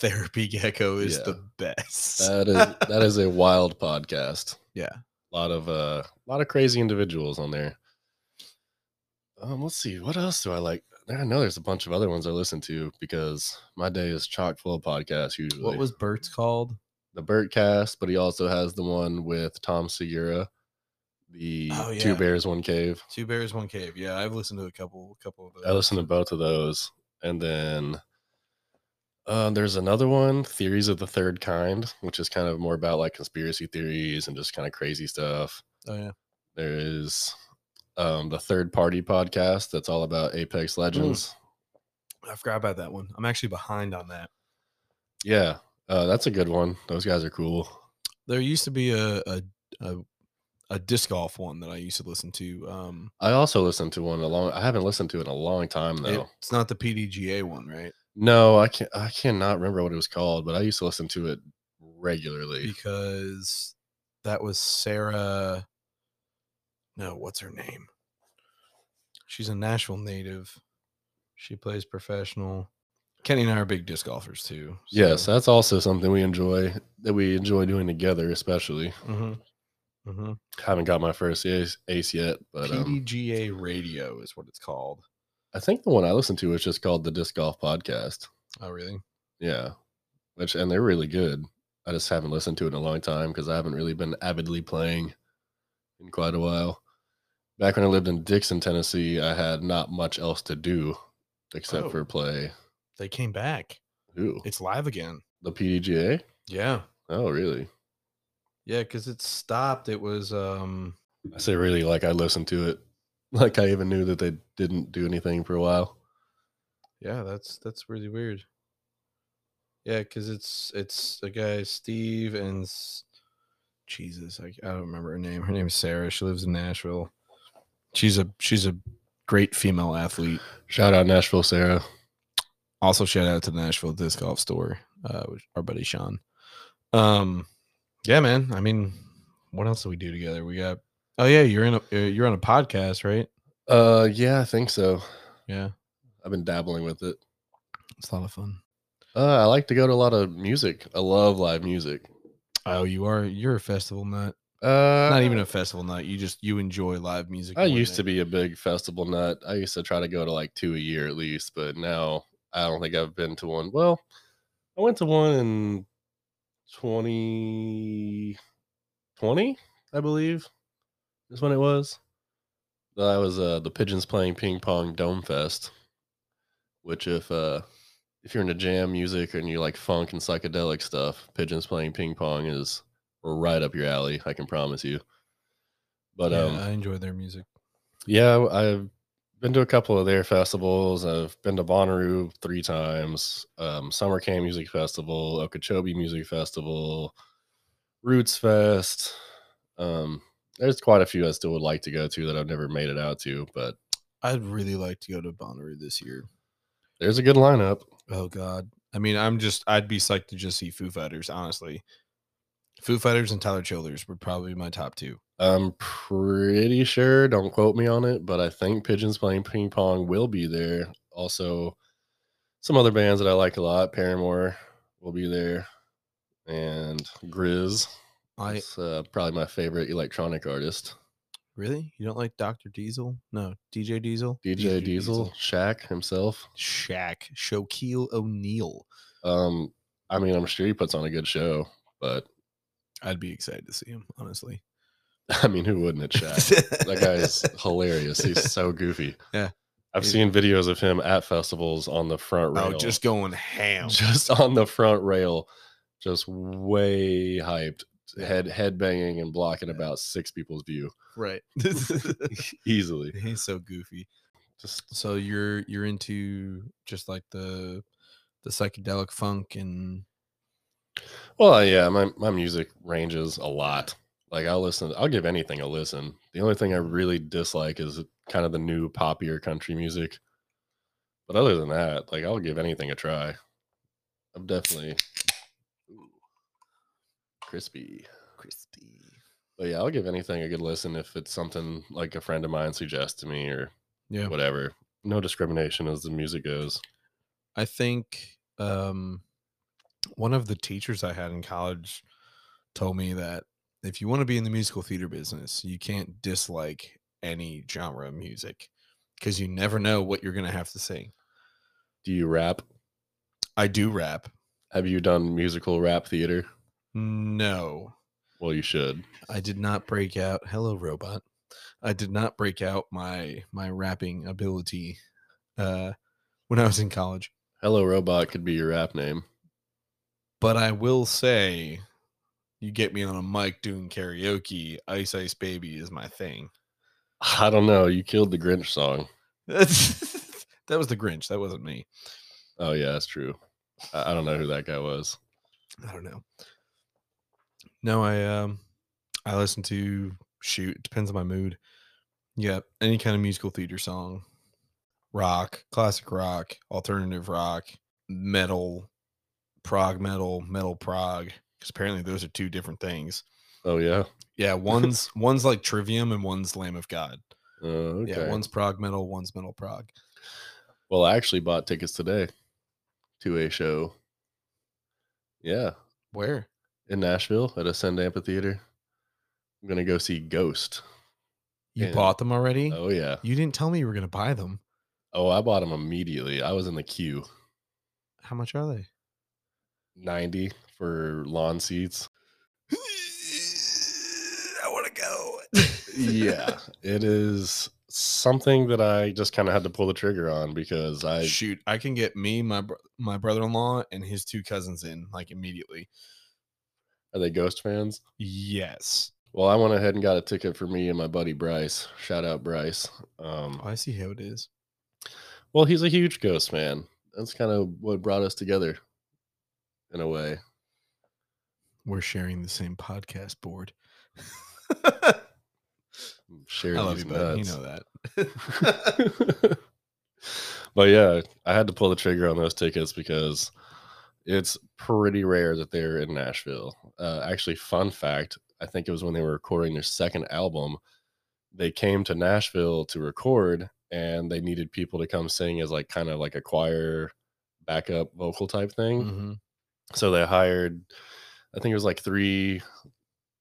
Speaker 1: Therapy Gecko is
Speaker 2: Yeah.
Speaker 1: the best.
Speaker 2: That is that is a wild podcast.
Speaker 1: yeah.
Speaker 2: A lot of uh a lot of crazy individuals on there. Um, let's see, what else do I like? I know there's a bunch of other ones I listen to because my day is chock full of podcasts usually.
Speaker 1: What was Bert's called?
Speaker 2: the Burt cast, but he also has the one with Tom Segura, the
Speaker 1: Oh,
Speaker 2: Two
Speaker 1: yeah.
Speaker 2: Bears One Cave.
Speaker 1: Two Bears, One Cave. Yeah, I've listened to a couple couple of those.
Speaker 2: I listen to both of those, and then uh, there's another one, Theories of the Third Kind, which is kind of more about like conspiracy theories and just kind of crazy stuff.
Speaker 1: Oh yeah.
Speaker 2: There is um, the Third Party podcast that's all about Apex
Speaker 1: Mm.
Speaker 2: Legends.
Speaker 1: I forgot about that one. I'm actually behind on that.
Speaker 2: Yeah, uh, that's a good one. Those guys are cool.
Speaker 1: there used to be a a a, a disc golf one that I used to listen to. Um,
Speaker 2: I also listened to one a long. I haven't listened to it in a long time though.
Speaker 1: it- it's not the PDGA one, right?
Speaker 2: No, I can't. I cannot remember what it was called, but I used to listen to it regularly.
Speaker 1: Because that was Sarah. No, what's her name? She's a Nashville native. She plays professional. Kenny and I are big disc golfers too.
Speaker 2: Yes,
Speaker 1: so-
Speaker 2: that's also something we enjoy that we enjoy doing together, especially.
Speaker 1: Mhm, mhm.
Speaker 2: Haven't got my first ace, ace yet, but um,
Speaker 1: PDGA radio is what it's called.
Speaker 2: I think the one I listened to was just called the Disc Golf Podcast.
Speaker 1: Oh, really?
Speaker 2: Yeah, which and they're really good. I just haven't listened to it in a long time because I haven't really been avidly playing in quite a while. Back when I lived in Dixon, Tennessee, I had not much else to do except
Speaker 1: Oh.
Speaker 2: for play.
Speaker 1: They came back.
Speaker 2: Who
Speaker 1: It's live again.
Speaker 2: the PDGA?
Speaker 1: Yeah.
Speaker 2: Oh, really?
Speaker 1: Yeah, because it stopped. It was um
Speaker 2: I say really like I listened to it. Like I even knew that they didn't do anything for a while.
Speaker 1: yeah, that's that's really weird. Yeah, because it's it's a guy Steve and S- Jesus, I, I don't remember her name. Her name is Sarah. She lives in Nashville. She's a she's a great female athlete.
Speaker 2: Shout out Nashville, Sarah.
Speaker 1: Also, shout out to the Nashville Disc Golf Store, uh, which our buddy Sean. Um, yeah, man. I mean, what else do we do together? We got. Oh yeah, you're in a uh, you're on a podcast, right?
Speaker 2: Uh, yeah, I think so.
Speaker 1: Yeah,
Speaker 2: I've been dabbling with it.
Speaker 1: it's a lot of fun.
Speaker 2: Uh, I like to go to a lot of music. I love live music.
Speaker 1: Oh, you are you're a festival nut.
Speaker 2: Uh,
Speaker 1: not even a festival night. You just you enjoy live music.
Speaker 2: I used to be a big festival nut. I used to try to go to like two a year at least, but now I don't think I've been to one. Well, I went to one in 2020, I believe, is when it was. That was uh, the Pigeons playing ping pong dome fest, which if uh, if you're into jam music and you like funk and psychedelic stuff, Pigeons playing ping pong is right up your alley. I can promise you. But
Speaker 1: Yeah,
Speaker 2: um,
Speaker 1: I enjoy their music.
Speaker 2: yeah, I- I've been to a couple of their festivals. I've been to Bonnaroo three times, um, Summer Camp Music Festival, Okeechobee Music Festival, Roots Fest. Um, there's quite a few I still would like to go to that I've never made it out to, but
Speaker 1: I'd really like to go to Bonnaroo this year.
Speaker 2: there's a good lineup.
Speaker 1: Oh God, I mean, I'm just I'd be psyched to just see Foo Fighters. Honestly, Foo Fighters and Tyler Childers would probably be my top two.
Speaker 2: I'm pretty sure, don't quote me on it, but I think Pigeons Playing Ping Pong will be there. Also, some other bands that I like a lot, Paramore will be there, and Grizz.
Speaker 1: I
Speaker 2: It's uh, probably my favorite electronic artist.
Speaker 1: really you don't like Doctor Diesel? No, DJ Diesel,
Speaker 2: DJ, Diesel, Shaq himself.
Speaker 1: Shaq, Shaquille O'Neal.
Speaker 2: Um, I mean, I'm sure he puts on a good show, but
Speaker 1: I'd be excited to see him, honestly.
Speaker 2: I mean, who wouldn't at Shaq? that guy is hilarious. He's so goofy.
Speaker 1: Yeah.
Speaker 2: I've
Speaker 1: He-
Speaker 2: seen videos of him at festivals on the front rail.
Speaker 1: Oh, just going ham.
Speaker 2: just on the front rail, just way hyped, head head banging and blocking about six people's view
Speaker 1: Right.
Speaker 2: easily.
Speaker 1: He's so goofy.
Speaker 2: Just
Speaker 1: So you're you're into just like the the psychedelic funk and
Speaker 2: well, yeah, my my music ranges a lot. Like I'll listen, I'll give anything a listen. The only thing I really dislike is kind of the new poppier country music. But other than that, like I'll give anything a try. I'm definitely Ooh. crispy.
Speaker 1: crispy.
Speaker 2: But yeah, I'll give anything a good listen if it's something like a friend of mine suggests to me or
Speaker 1: Yeah.
Speaker 2: whatever. No discrimination as the music goes.
Speaker 1: I think um, one of the teachers I had in college told me that if you want to be in the musical theater business, you can't dislike any genre of music because you never know what you're going to have to sing.
Speaker 2: Do you rap?
Speaker 1: I do rap.
Speaker 2: Have you done musical rap theater?
Speaker 1: No,
Speaker 2: Well, you should.
Speaker 1: I did not break out. Hello, robot. I did not break out my my rapping ability uh, when I was in college.
Speaker 2: Hello Robot could be your rap name.
Speaker 1: But I will say, you get me on a mic doing karaoke, Ice Ice Baby is my thing.
Speaker 2: I don't know. You killed the Grinch song.
Speaker 1: That's, that was the Grinch. That wasn't me.
Speaker 2: Oh yeah, that's true. I, I don't know who that guy was.
Speaker 1: I don't know. No, I um, I listen to shoot. It depends on my mood. Yeah, any kind of musical theater song, rock, classic rock, alternative rock, metal, prog metal, metal prog. Because apparently those are two different things.
Speaker 2: Oh yeah.
Speaker 1: Yeah, one's one's like Trivium and one's Lamb of God.
Speaker 2: Uh, okay.
Speaker 1: Yeah, one's prog metal, one's metal prog.
Speaker 2: Well, I actually bought tickets today to a show. Yeah,
Speaker 1: Where?
Speaker 2: in Nashville at Ascend Amphitheater. I'm gonna go see Ghost.
Speaker 1: You
Speaker 2: Yeah.
Speaker 1: bought them already?
Speaker 2: Oh yeah.
Speaker 1: You didn't tell me you were gonna buy them.
Speaker 2: Oh, I bought them immediately. I was in the queue.
Speaker 1: How much are they?
Speaker 2: 90 for lawn seats.
Speaker 1: I want to go.
Speaker 2: Yeah, it is something that I just kind of had to pull the trigger on because I
Speaker 1: Shoot, I can get me, my bro- my brother-in-law, and his two cousins in like immediately.
Speaker 2: are they Ghost fans?
Speaker 1: Yes.
Speaker 2: Well, I went ahead and got a ticket for me and my buddy Bryce. Shout out Bryce. Um,
Speaker 1: Oh, I see how it is.
Speaker 2: well, he's a huge Ghost fan. That's kind of what brought us together in a way.
Speaker 1: We're sharing the same podcast board.
Speaker 2: Sharing
Speaker 1: I love
Speaker 2: these
Speaker 1: you, bud. You
Speaker 2: nuts.
Speaker 1: know that.
Speaker 2: but yeah, I had to pull the trigger on those tickets because it's pretty rare that they're in Nashville. Uh, actually, fun fact I think it was when they were recording their second album, they came to Nashville to record and they needed people to come sing as like kind of like a choir backup vocal type thing.
Speaker 1: Mhm.
Speaker 2: So they hired, I think it was like three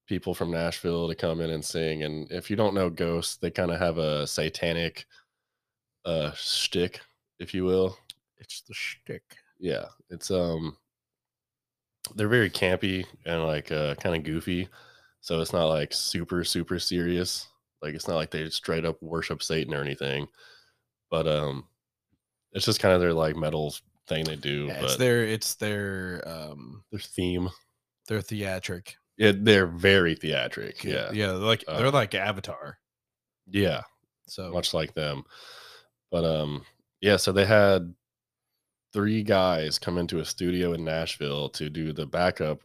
Speaker 2: people from Nashville to come in and sing. And if you don't know Ghost, they kind of have a satanic uh shtick, if you will.
Speaker 1: It's the shtick.
Speaker 2: Yeah, it's um, they're very campy and like uh, kind of goofy. So it's not like super super serious. Like it's not like they straight up worship Satan or anything. But um, it's just kind of their like metal thing they do.
Speaker 1: Yeah, it's
Speaker 2: but
Speaker 1: their it's their um
Speaker 2: their theme.
Speaker 1: their theatric.
Speaker 2: Yeah, they're very theatric. Yeah.
Speaker 1: yeah, they're like
Speaker 2: Uh,
Speaker 1: they're like Avatar.
Speaker 2: Yeah.
Speaker 1: So
Speaker 2: Much like them. But um yeah, so they had three guys come into a studio in Nashville to do the backup.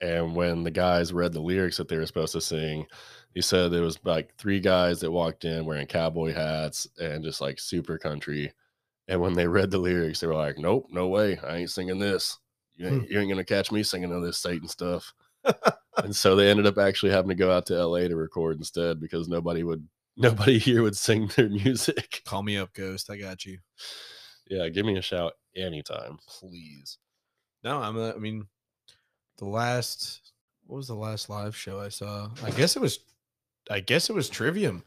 Speaker 2: And when the guys read the lyrics that they were supposed to sing, he said there was like three guys that walked in wearing cowboy hats and just like super country. And when they read the lyrics, they were like, Nope, no way, I ain't singing this. You ain't, you ain't gonna catch me singing all this Satan stuff. and so they ended up actually having to go out to LA to record instead because nobody would nobody here would sing their music.
Speaker 1: call me up, Ghost. I got you.
Speaker 2: Yeah, give me a shout anytime.
Speaker 1: please. No, I'm. uh, I mean, the last what was the last live show I saw? I guess it was. I guess it was Trivium.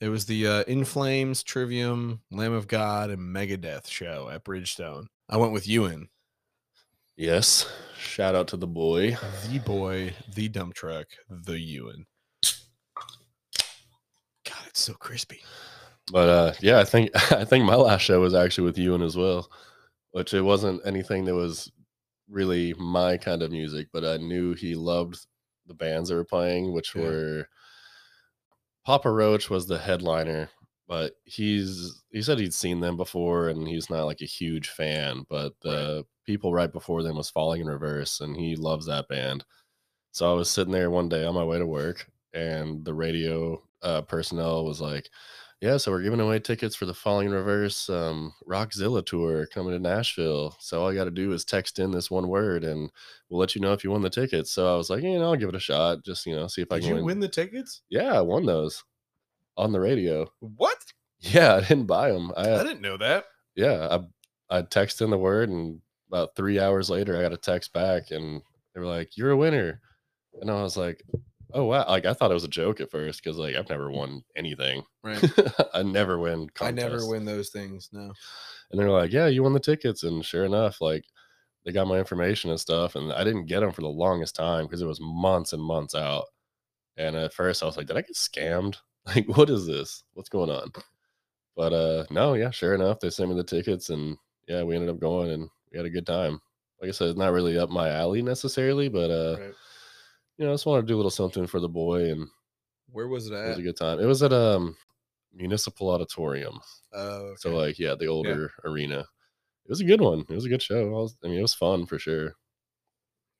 Speaker 1: It was the uh, In Flames, Trivium, Lamb of God, and Megadeth show at Bridgestone. I went with Ewan.
Speaker 2: Yes. Shout out to the boy.
Speaker 1: The boy, the dump truck, the Ewan. God, it's so crispy.
Speaker 2: But uh, yeah, I think I think my last show was actually with Ewan as well, which it wasn't anything that was really my kind of music, but I knew he loved the bands that were playing, which
Speaker 1: Yeah.
Speaker 2: were Papa Roach was the headliner, but he's he said he'd seen them before and he's not like a huge fan, but the people right before them was Falling in Reverse and he loves that band. So I was sitting there one day on my way to work and the radio uh, personnel was like, yeah, so we're giving away tickets for the Falling in Reverse um, Rockzilla tour coming to Nashville. So all you got to do is text in this one word, and we'll let you know if you won the tickets. So I was like, you know, I'll give it a shot. Just you know, see if I
Speaker 1: Did
Speaker 2: can
Speaker 1: you win the tickets?
Speaker 2: Yeah, I won those on the radio.
Speaker 1: What?
Speaker 2: Yeah, I didn't buy them. I, uh,
Speaker 1: I didn't know that.
Speaker 2: yeah, I I text in the word, and about three hours later, I got a text back, and they were like, "You're a winner," and I was like, "Oh wow!" Like I thought it was a joke at first because like I've never won anything.
Speaker 1: Right.
Speaker 2: I never win. Contests.
Speaker 1: I never win those things. No.
Speaker 2: and they're like, "Yeah, you won the tickets," and sure enough, like they got my information and stuff, and I didn't get them for the longest time because it was months and months out. And at first, I was like, "Did I get scammed? Like, what is this? What's going on?" But uh, no, yeah, sure enough, they sent me the tickets, and yeah, we ended up going, and we had a good time. Like I said, it's not really up my alley necessarily, but uh,
Speaker 1: Right.
Speaker 2: you know, I just wanted to do a little something for the boy, and
Speaker 1: Where was it
Speaker 2: it
Speaker 1: at?
Speaker 2: was a good time. It was at um municipal auditorium.
Speaker 1: Oh,
Speaker 2: So
Speaker 1: okay.
Speaker 2: like, yeah, the older arena. It was a good one. It was a good show. I, was, I mean, it was fun for sure.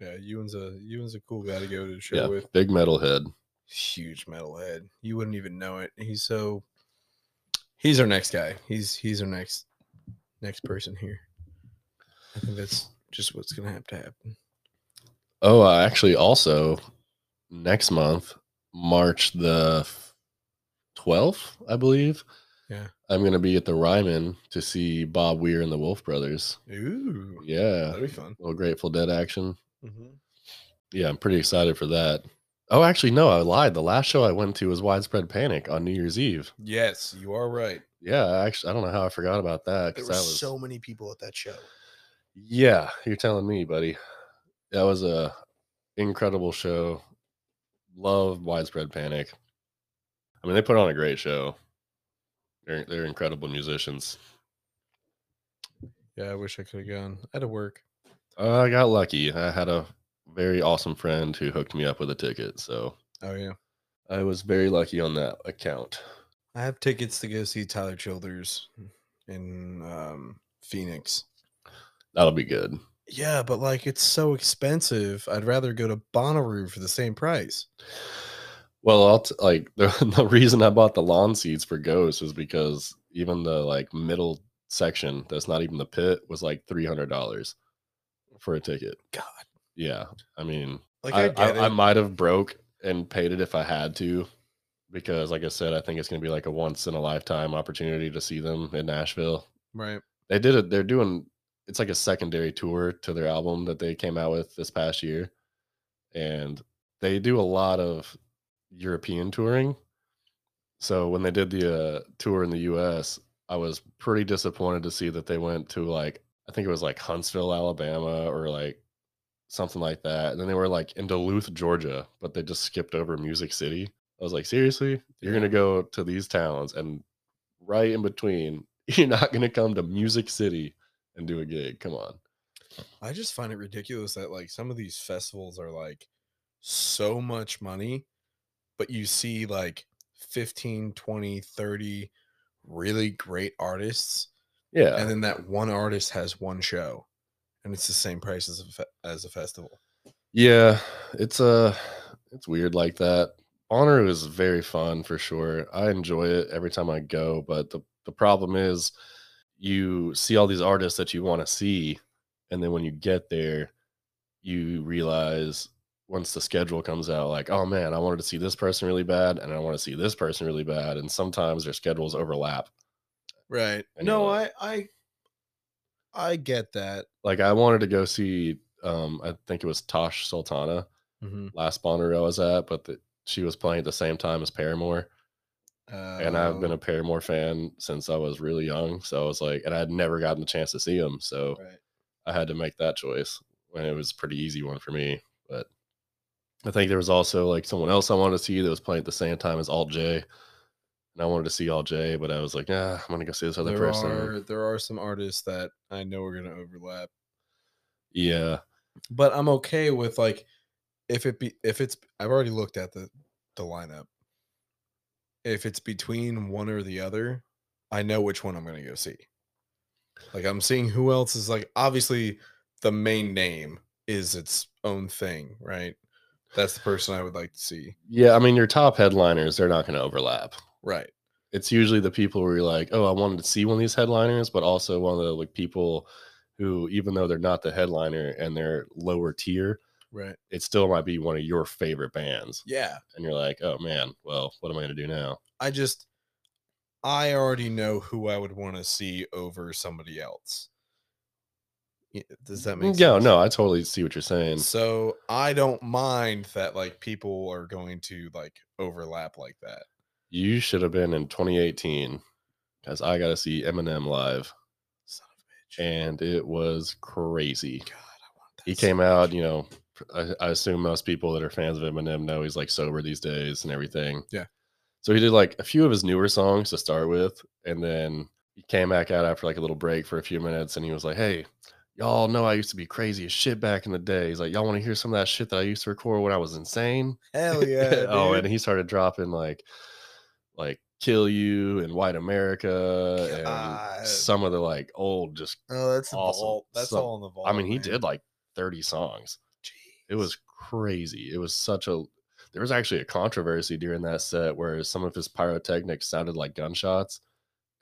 Speaker 1: yeah, Ewan's a Ewan's a cool guy to go to a show
Speaker 2: yeah,
Speaker 1: with.
Speaker 2: big metalhead.
Speaker 1: Huge metalhead. You wouldn't even know it. He's so. He's our next guy. He's he's our next next person here. I think that's just what's gonna have to happen.
Speaker 2: Oh, uh, actually, also next month, March the twelfth, I believe.
Speaker 1: Yeah.
Speaker 2: I'm gonna be at the Ryman to see Bob Weir and the Wolf Brothers.
Speaker 1: Ooh,
Speaker 2: Yeah,
Speaker 1: that'd be fun. Mm-hmm.
Speaker 2: little Grateful Dead action. Yeah, I'm pretty excited for that. Oh, actually, no, I lied. The last show I went to was Widespread Panic on New Year's Eve.
Speaker 1: Yes, you are right.
Speaker 2: Yeah, I actually, I don't know how I forgot about that.
Speaker 1: There
Speaker 2: 'cause
Speaker 1: were
Speaker 2: that was
Speaker 1: so many people at that show.
Speaker 2: Yeah, you're telling me, buddy. That was a incredible show. Love widespread panic. I mean, they put on a great show. They're they're incredible musicians.
Speaker 1: Yeah, I wish I could have gone. I had to work.
Speaker 2: Uh, I got lucky. I had a very awesome friend who hooked me up with a ticket, so
Speaker 1: Oh yeah,
Speaker 2: I was very lucky on that account.
Speaker 1: I have tickets to go see Tyler Childers in um, Phoenix.
Speaker 2: That'll be good.
Speaker 1: Yeah, but like it's so expensive. I'd rather go to Bonnaroo for the same price.
Speaker 2: Well, I'll t- like the, the reason I bought the lawn seeds for Ghost is because even the like middle section that's not even the pit was like three hundred dollars for a ticket.
Speaker 1: God.
Speaker 2: Yeah, I mean,
Speaker 1: Like
Speaker 2: I,
Speaker 1: I,
Speaker 2: I,
Speaker 1: get
Speaker 2: I
Speaker 1: it.
Speaker 2: might have broke and paid it if I had to, because like I said, I think it's gonna be like a once in a lifetime opportunity to see them in Nashville.
Speaker 1: right.
Speaker 2: They did it. They're doing it's like a secondary tour to their album that they came out with this past year, and they do a lot of European touring. So when they did the uh, tour in the U.S., I was pretty disappointed to see that they went to like I think it was like Huntsville, Alabama, or like something like that, and then they were like in Duluth, Georgia, but they just skipped over Music City. I was like, seriously, you're gonna go to these towns and right in between, you're not gonna come to Music City and do a gig? Come on.
Speaker 1: I just find it ridiculous that like some of these festivals are like so much money, but you see like 15, 20, 30 really great artists
Speaker 2: Yeah,
Speaker 1: and then that one artist has one show and it's the same price as a fe- as a festival.
Speaker 2: Yeah, it's uh it's weird like that. Bonnaroo is very fun for sure. I enjoy it every time I go, but the the problem is you see all these artists that you want to see and then when you get there you realize once the schedule comes out like, "Oh man, I wanted to see this person really bad and I want to see this person really bad." And sometimes their schedules overlap.
Speaker 1: Right.
Speaker 2: I
Speaker 1: No,
Speaker 2: know.
Speaker 1: I I I get that.
Speaker 2: Like I wanted to go see um I think it was Tosh Sultana.
Speaker 1: Mm-hmm.
Speaker 2: last Bonnaroo I was at, but the, she was playing at the same time as Paramore, and I've
Speaker 1: Oh. Um,
Speaker 2: been a Paramore fan since I was really young. So I was like, and I had never gotten the chance to see him, so
Speaker 1: right.
Speaker 2: I had to make that choice. when it was a pretty easy one for me. But I think there was also like someone else I wanted to see that was playing at the same time as Alt J. And I wanted to see Alt J, but I was like, ah, I'm gonna go see this other
Speaker 1: there
Speaker 2: person.
Speaker 1: are there are some artists that I know are gonna overlap,
Speaker 2: Yeah.
Speaker 1: but I'm okay with like if it be if it's I've already looked at the the lineup. If it's between one or the other, I know which one I'm gonna go see. Like I'm seeing who else is like obviously the main name is its own thing, right? That's the person I would like to see.
Speaker 2: Yeah, I mean your top headliners, they're not gonna overlap.
Speaker 1: Right.
Speaker 2: It's usually the people where you're like, oh, I wanted to see one of these headliners, but also one of the like people who, even though they're not the headliner and they're lower tier,
Speaker 1: Right.
Speaker 2: it still might be one of your favorite bands.
Speaker 1: Yeah.
Speaker 2: And you're like, oh man, well, what am I gonna do now?
Speaker 1: I just I already know who I would want to see over somebody else. Y- Does that make
Speaker 2: Mm, yeah,
Speaker 1: sense?
Speaker 2: no, I totally see what you're saying.
Speaker 1: So I don't mind that like people are going to like overlap like that.
Speaker 2: You should have been in 2018 because I got to see Eminem live,
Speaker 1: Son of a bitch.
Speaker 2: and it was crazy.
Speaker 1: God, I want that.
Speaker 2: He
Speaker 1: so
Speaker 2: came out,
Speaker 1: much.
Speaker 2: you know. I, I assume most people that are fans of Eminem know he's like sober these days and everything.
Speaker 1: Yeah.
Speaker 2: So he did like a few of his newer songs to start with, and then he came back out after like a little break for a few minutes, and he was like, "Hey, y'all know I used to be crazy as shit back in the day." He's like, "Y'all want to hear some of that shit that I used to record when I was insane?"
Speaker 1: Hell yeah.
Speaker 2: oh, and
Speaker 1: dude.
Speaker 2: he started dropping like like Kill You and White America
Speaker 1: God.
Speaker 2: and some of the like old just
Speaker 1: oh, that's the
Speaker 2: awesome.
Speaker 1: vault. That's
Speaker 2: So-
Speaker 1: all in the vault.
Speaker 2: I mean, he
Speaker 1: man.
Speaker 2: did like 30 songs. It
Speaker 1: Jeez.
Speaker 2: was crazy. It was such a there was actually a controversy during that set where some of his pyrotechnics sounded like gunshots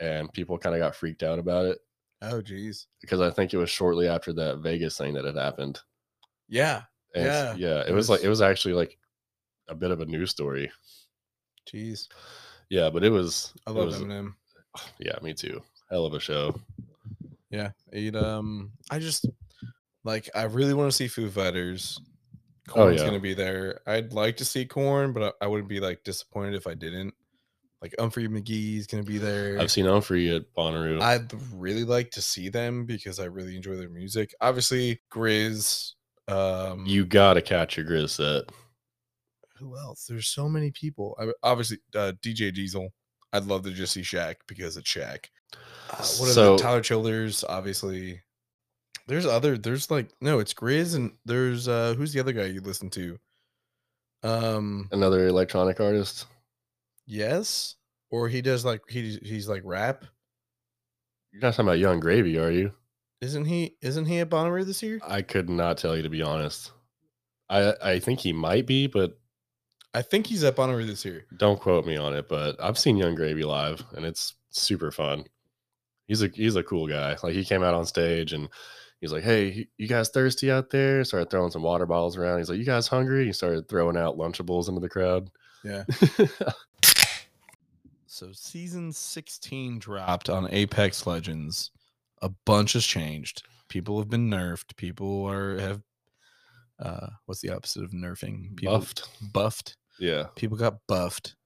Speaker 2: and people kind of got freaked out about it
Speaker 1: Oh, jeez.
Speaker 2: because I think it was shortly after that Vegas thing that had happened.
Speaker 1: Yeah.
Speaker 2: And yeah, yeah it, was, like it was actually like a bit of a news story.
Speaker 1: Jeez.
Speaker 2: Yeah, but it was
Speaker 1: I
Speaker 2: it
Speaker 1: love
Speaker 2: was-
Speaker 1: Eminem.
Speaker 2: Yeah, me too. Hell of a show.
Speaker 1: Yeah, it. Um, I just like I really want to see Foo Fighters.
Speaker 2: Oh,
Speaker 1: Corn's
Speaker 2: yeah.
Speaker 1: gonna be there. I'd like to see Corn, but I, I wouldn't be like disappointed if I didn't. Like Humphrey McGee's gonna be there.
Speaker 2: I've seen Humphrey at Bonnaroo.
Speaker 1: I'd really like to see them because I really enjoy their music. Obviously, Grizz. Um,
Speaker 2: you gotta catch your Grizz set.
Speaker 1: who else? There's so many people. I, obviously, uh, DJ Diesel. I'd love to just see Shaq because it's Shaq. Uh, what are
Speaker 2: So-
Speaker 1: the Tyler Childers? Obviously, there's other. There's like no, it's Grizz and there's uh who's the other guy you listen to? Um,
Speaker 2: Another electronic artist.
Speaker 1: yes, or he does like he he's like rap.
Speaker 2: You're not talking about Young Gravy, are you?
Speaker 1: Isn't he? Isn't he at Bonnaroo this year?
Speaker 2: I could not tell you to be honest. I I think he might be, but
Speaker 1: I think he's at Bonnaroo this year.
Speaker 2: don't quote me on it. But I've seen Young Gravy live, and it's super fun. He's a he's a cool guy. Like he came out on stage and he's like, "Hey, y- you guys thirsty out there?" Started throwing some water bottles around. He's like, "You guys hungry?" He started throwing out Lunchables into the crowd.
Speaker 1: Yeah. So season 16 dropped on Apex Legends. A bunch has changed. People have been nerfed. People are have uh what's the opposite of nerfing? People
Speaker 2: Buffed.
Speaker 1: buffed.
Speaker 2: Yeah.
Speaker 1: People got buffed.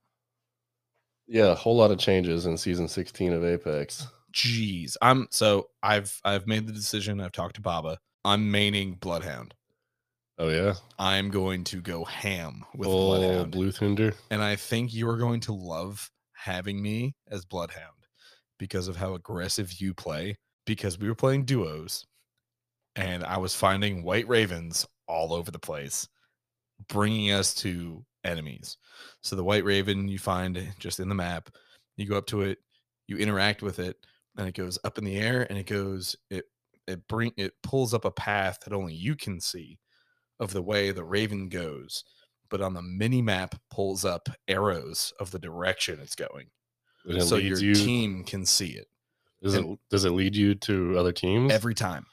Speaker 2: Yeah, a whole lot of changes in season 16 of Apex.
Speaker 1: Jeez. I'm so I've I've made the decision. I've talked to Baba. I'm maining Bloodhound.
Speaker 2: Oh yeah,
Speaker 1: I'm going to go ham with
Speaker 2: Full
Speaker 1: Bloodhound.
Speaker 2: Blue Thunder.
Speaker 1: and I think you're going to love having me as Bloodhound because of how aggressive you play. Because we were playing duos, and I was finding white ravens all over the place, bringing us to enemies. So the white raven you find just in the map, you go up to it, you interact with it, and it goes up in the air, and it goes it it bring it pulls up a path that only you can see of the way the raven goes but on the mini map pulls up arrows of the direction it's going
Speaker 2: And it
Speaker 1: so your
Speaker 2: leads you.
Speaker 1: team can see it
Speaker 2: does, it, does it lead you to other teams?
Speaker 1: every time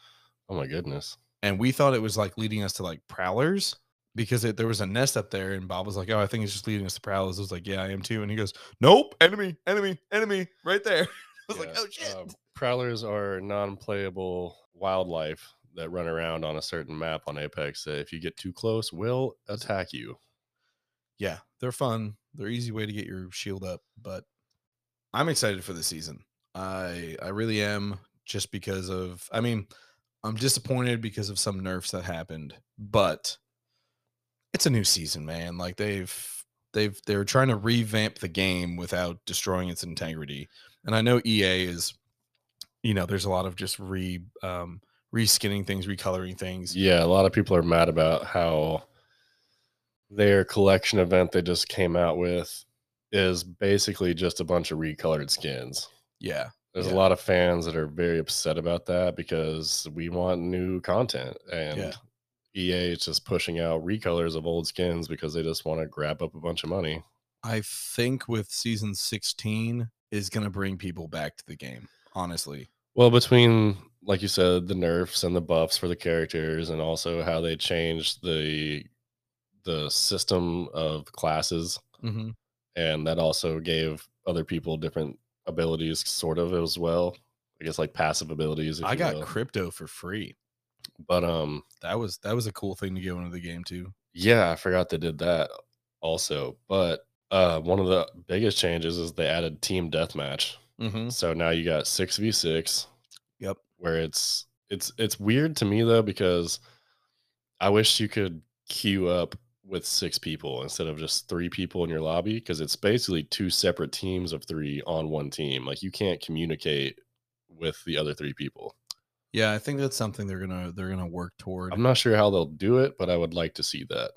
Speaker 2: oh my goodness.
Speaker 1: and we thought it was like leading us to like prowlers because it, there was a nest up there and bob was like oh i think it's just leading us to prowlers i was like yeah i am too and he goes nope enemy enemy enemy right there i was like
Speaker 2: Yeah,
Speaker 1: oh shit
Speaker 2: um, prowlers are non-playable wildlife that run around on a certain map on Apex. That if you get too close, will attack you.
Speaker 1: yeah they're fun they're easy way to get your shield up but i'm excited for the season i i really am just because of i mean I'm disappointed because of some nerfs that happened, but it's a new season, man. Like they've they've they're trying to revamp the game without destroying its integrity. And I know EA is, you know, there's a lot of just re um, reskinning things, recoloring things.
Speaker 2: Yeah, a lot of people are mad about how their collection event they just came out with is basically just a bunch of recolored skins.
Speaker 1: Yeah,
Speaker 2: There's
Speaker 1: Yeah.
Speaker 2: a lot of fans that are very upset about that because we want new content and
Speaker 1: Yeah.
Speaker 2: EA is just pushing out recolors of old skins because they just want to grab up a bunch of money.
Speaker 1: I think with season 16 is going to bring people back to the game. Honestly,
Speaker 2: Well, between like you said, the nerfs and the buffs for the characters, and also how they changed the the system of classes,
Speaker 1: mm-hmm.
Speaker 2: and that also gave other people different abilities, sort of as well. I guess like passive abilities. if
Speaker 1: I
Speaker 2: you
Speaker 1: got
Speaker 2: will.
Speaker 1: crypto for free.
Speaker 2: but um,
Speaker 1: That was that was a cool thing to go into the game too.
Speaker 2: yeah, I forgot they did that also. But uh, one of the biggest changes is they added team deathmatch.
Speaker 1: Mm-hmm.
Speaker 2: So now you got six v six.
Speaker 1: Yep.
Speaker 2: Where it's it's it's weird to me though because I wish you could queue up with six people instead of just three people in your lobby because it's basically two separate teams of three on one team. Like you can't communicate with the other three people.
Speaker 1: Yeah, I think that's something they're gonna they're gonna work toward.
Speaker 2: I'm not sure how they'll do it, but I would like to see that.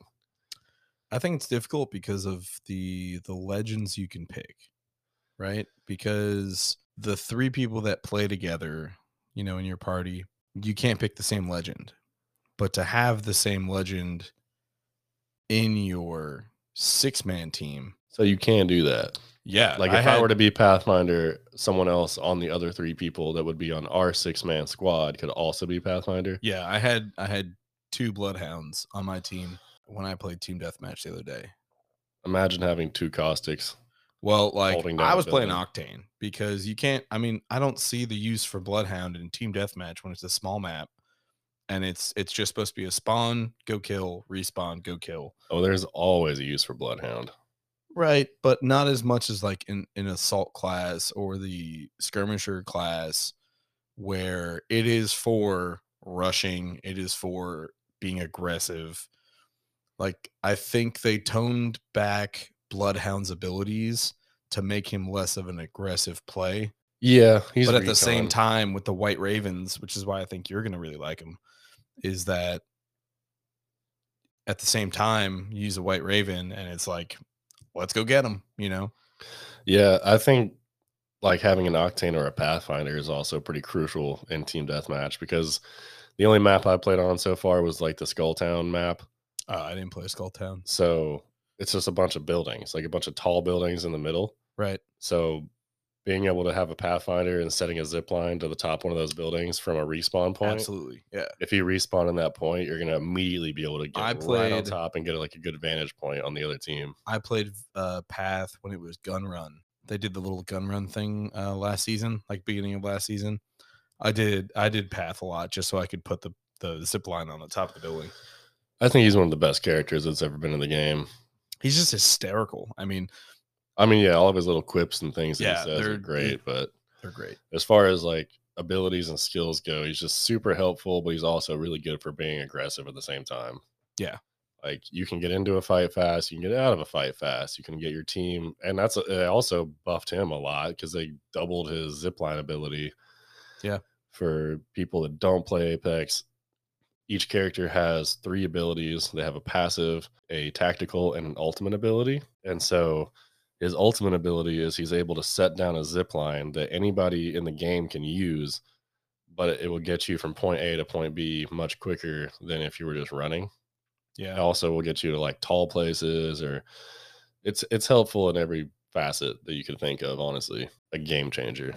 Speaker 1: I think it's difficult because of the the legends you can pick, right? Because the three people that play together, you know, in your party, you can't pick the same legend. But to have the same legend in your six man team,
Speaker 2: So you can do that.
Speaker 1: yeah,
Speaker 2: Like if I, were to be Pathfinder, someone else on the other three people that would be on our six man squad could also be Pathfinder.
Speaker 1: yeah, I had I had two bloodhounds on my team when I played team deathmatch the other day.
Speaker 2: Imagine having two caustics.
Speaker 1: Well, like
Speaker 2: Holding down
Speaker 1: I
Speaker 2: the
Speaker 1: was playing
Speaker 2: building.
Speaker 1: Octane because you can't. I mean, I don't see the use for Bloodhound in Team Deathmatch when it's a small map, and it's it's just supposed to be a spawn, go kill, respawn, go kill.
Speaker 2: Oh, there's always a use for Bloodhound.
Speaker 1: Right, but not as much as like in in assault class or the skirmisher class, where it is for rushing, it is for being aggressive. Like I think they toned back Bloodhound's abilities to make him less of an aggressive play,
Speaker 2: Yeah, he's
Speaker 1: but at the same
Speaker 2: recon.
Speaker 1: time with the White Ravens, which is why I think you're going to really like him, is that at the same time you use a White Raven and it's like, let's go get him, you know?
Speaker 2: Yeah, I think like having an Octane or a Pathfinder is also pretty crucial in Team Deathmatch because the only map I played on so far was like the Skulltown map.
Speaker 1: Uh, I didn't play Skull Town.
Speaker 2: So it's just a bunch of buildings, like a bunch of tall buildings in the middle.
Speaker 1: Right.
Speaker 2: So being able to have a pathfinder and setting a zip line to the top one of those buildings from a respawn point.
Speaker 1: Absolutely. Yeah.
Speaker 2: If you respawn in that point, you're gonna immediately be able to get
Speaker 1: I
Speaker 2: right on
Speaker 1: played-
Speaker 2: top and get like a good vantage point on the other team.
Speaker 1: I played uh, Path when it was Gun Run. They did the little Gun Run thing uh, last season, like beginning of last season. I did I did Path a lot just so I could put the the zip line on the top of the building.
Speaker 2: I think he's one of the best characters that's ever been in the game.
Speaker 1: He's just hysterical. I mean,
Speaker 2: I mean, yeah, all of his little quips and things that
Speaker 1: Yeah,
Speaker 2: he says
Speaker 1: they're-
Speaker 2: are great, but
Speaker 1: they're great.
Speaker 2: as far as like abilities and skills go, he's just super helpful, but he's also really good for being aggressive at the same time.
Speaker 1: Yeah.
Speaker 2: Like you can get into a fight fast, you can get out of a fight fast, you can get your team, and that's they also buffed him a lot because they doubled his zipline ability.
Speaker 1: Yeah.
Speaker 2: For people that don't play Apex, each character has three abilities. They have a passive, a tactical, and an ultimate ability. And so his ultimate ability is he's able to set down a zip line that anybody in the game can use, but it will get you from point A to point B much quicker than if you were just running. It
Speaker 1: Yeah.
Speaker 2: also will get you to like tall places or it's it's helpful in every facet that you can think of, honestly. A game changer.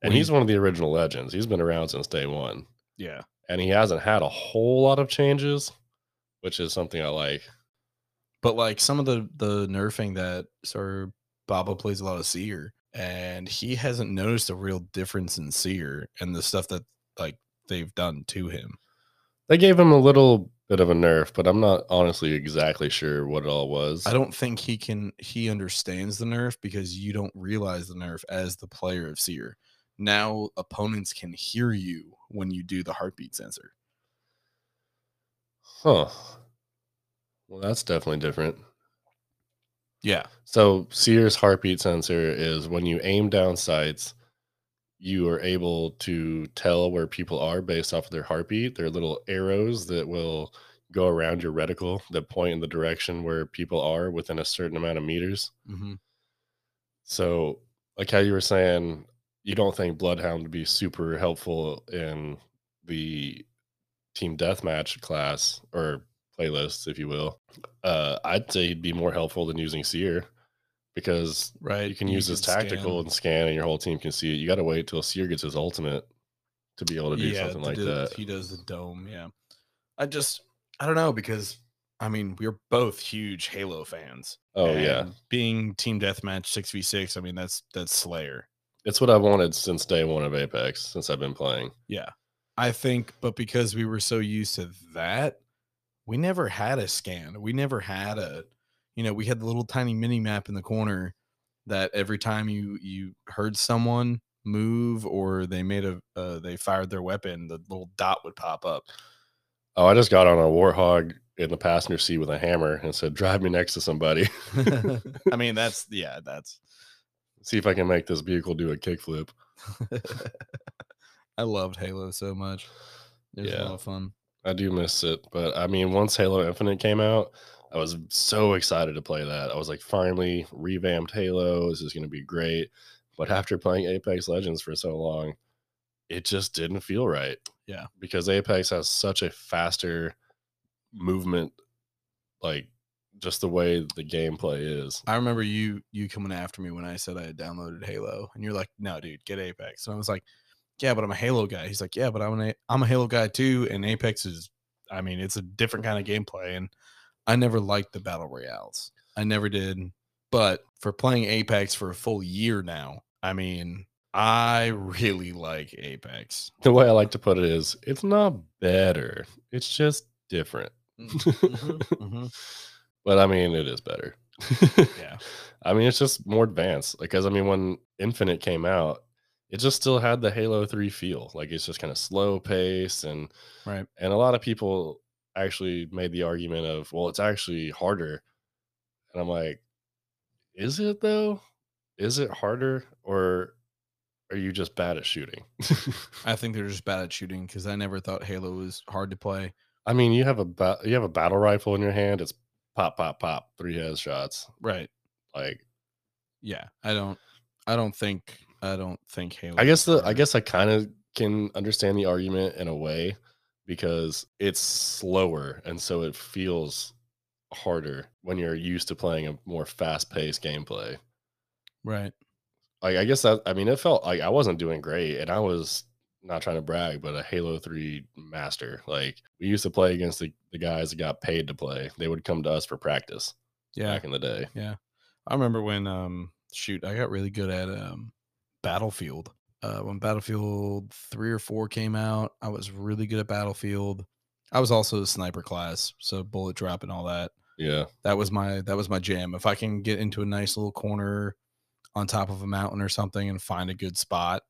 Speaker 2: And
Speaker 1: When
Speaker 2: he's
Speaker 1: you-
Speaker 2: one of the original legends. He's been around since day one.
Speaker 1: Yeah.
Speaker 2: And he hasn't had a whole lot of changes, which is something I like.
Speaker 1: But like some of the the nerfing that Sir Baba plays a lot of Seer, and he hasn't noticed a real difference in Seer and the stuff that like they've done to him.
Speaker 2: They gave him a little bit of a nerf, but I'm not honestly exactly sure what it all was.
Speaker 1: I don't think he can he understands the nerf because you don't realize the nerf as the player of Seer. Now opponents can hear you when you do the heartbeat sensor.
Speaker 2: Huh. Well, that's definitely different.
Speaker 1: Yeah.
Speaker 2: So Sears heartbeat sensor is when you aim down sights, you are able to tell where people are based off of their heartbeat. They're little arrows that will go around your reticle that point in the direction where people are within a certain amount of meters.
Speaker 1: Mm-hmm.
Speaker 2: So, like how you were saying, you don't think Bloodhound would be super helpful in the team deathmatch class or playlists, if you will. Uh, I'd say he'd be more helpful than using Seer because
Speaker 1: Right.
Speaker 2: you can use this tactical and scan, and your whole team can see it. You got to wait till Seer gets his ultimate to be able to do something
Speaker 1: to
Speaker 2: like
Speaker 1: do-
Speaker 2: that.
Speaker 1: He does the dome. Yeah. I just, I don't know because I mean, we're both huge Halo fans.
Speaker 2: Oh yeah,
Speaker 1: and Being team deathmatch 6v6, I mean, that's, that's Slayer.
Speaker 2: it's what I've wanted since day one of Apex, since I've been playing.
Speaker 1: Yeah. I think, but because we were so used to that, we never had a scan. We never had a, you know, we had the little tiny mini map in the corner that every time you you heard someone move or they made a uh, they fired their weapon, the little dot would pop up.
Speaker 2: Oh, I just got on a warhog in the passenger seat with a hammer and said, "Drive me next to somebody,
Speaker 1: I mean, that's yeah, that's.
Speaker 2: see if I can make this vehicle do a kickflip."
Speaker 1: I loved Halo so much. It was a
Speaker 2: Yeah.
Speaker 1: lot of fun.
Speaker 2: I do miss it, but I mean, once Halo Infinite came out, I was so excited to play that. I was like, finally revamped Halo. This is going to be great. But after playing Apex Legends for so long, it just didn't feel right.
Speaker 1: Yeah.
Speaker 2: Because Apex has such a faster movement, like just the way the gameplay is.
Speaker 1: I remember you you coming after me when I said I had downloaded Halo, and you're like, "No, dude, get Apex." And I was like, "Yeah, but I'm a Halo guy." He's like, "Yeah, but I'm an A- I'm a Halo guy too." And Apex is, I mean, it's a different kind of gameplay, and I never liked the battle royales. I never did. But for playing Apex for a full year now, I mean, I really like Apex.
Speaker 2: The way I like to put it is, it's not better, it's just different.
Speaker 1: Mm-hmm.
Speaker 2: But I mean, it is better.
Speaker 1: Yeah.
Speaker 2: I mean, it's just more advanced. Like, 'cause, I mean, when Infinite came out, it just still had the Halo 3 feel. Like, it's just kind of slow pace. And,
Speaker 1: Right.
Speaker 2: and a lot of people actually made the argument of, well, it's actually harder. And I'm like, is it though? Is it harder or are you just bad at shooting?
Speaker 1: I think they're just bad at shooting because I never thought Halo was hard to play.
Speaker 2: I mean, you have a, ba- you have a battle rifle in your hand. It's pop, pop, pop, three headshots.
Speaker 1: Right.
Speaker 2: Like,
Speaker 1: yeah i don't i don't think i don't think halo
Speaker 2: I guess
Speaker 1: is
Speaker 2: the I
Speaker 1: harder.
Speaker 2: guess I kind of can understand the argument in a way because it's slower and so it feels harder when you're used to playing a more fast-paced gameplay.
Speaker 1: right
Speaker 2: Like I guess that I mean it felt like I wasn't doing great and I was not trying to brag, but a Halo 3 master. Like we used to play against the, the guys that got paid to play. They would come to us for practice
Speaker 1: yeah
Speaker 2: back in the day.
Speaker 1: i remember when um shoot i got really good at um battlefield uh when battlefield three or four came out i was really good at battlefield i was also a sniper class so bullet drop and all that
Speaker 2: Yeah.
Speaker 1: that was my that was my jam if i can get into a nice little corner on top of a mountain or something and find a good spot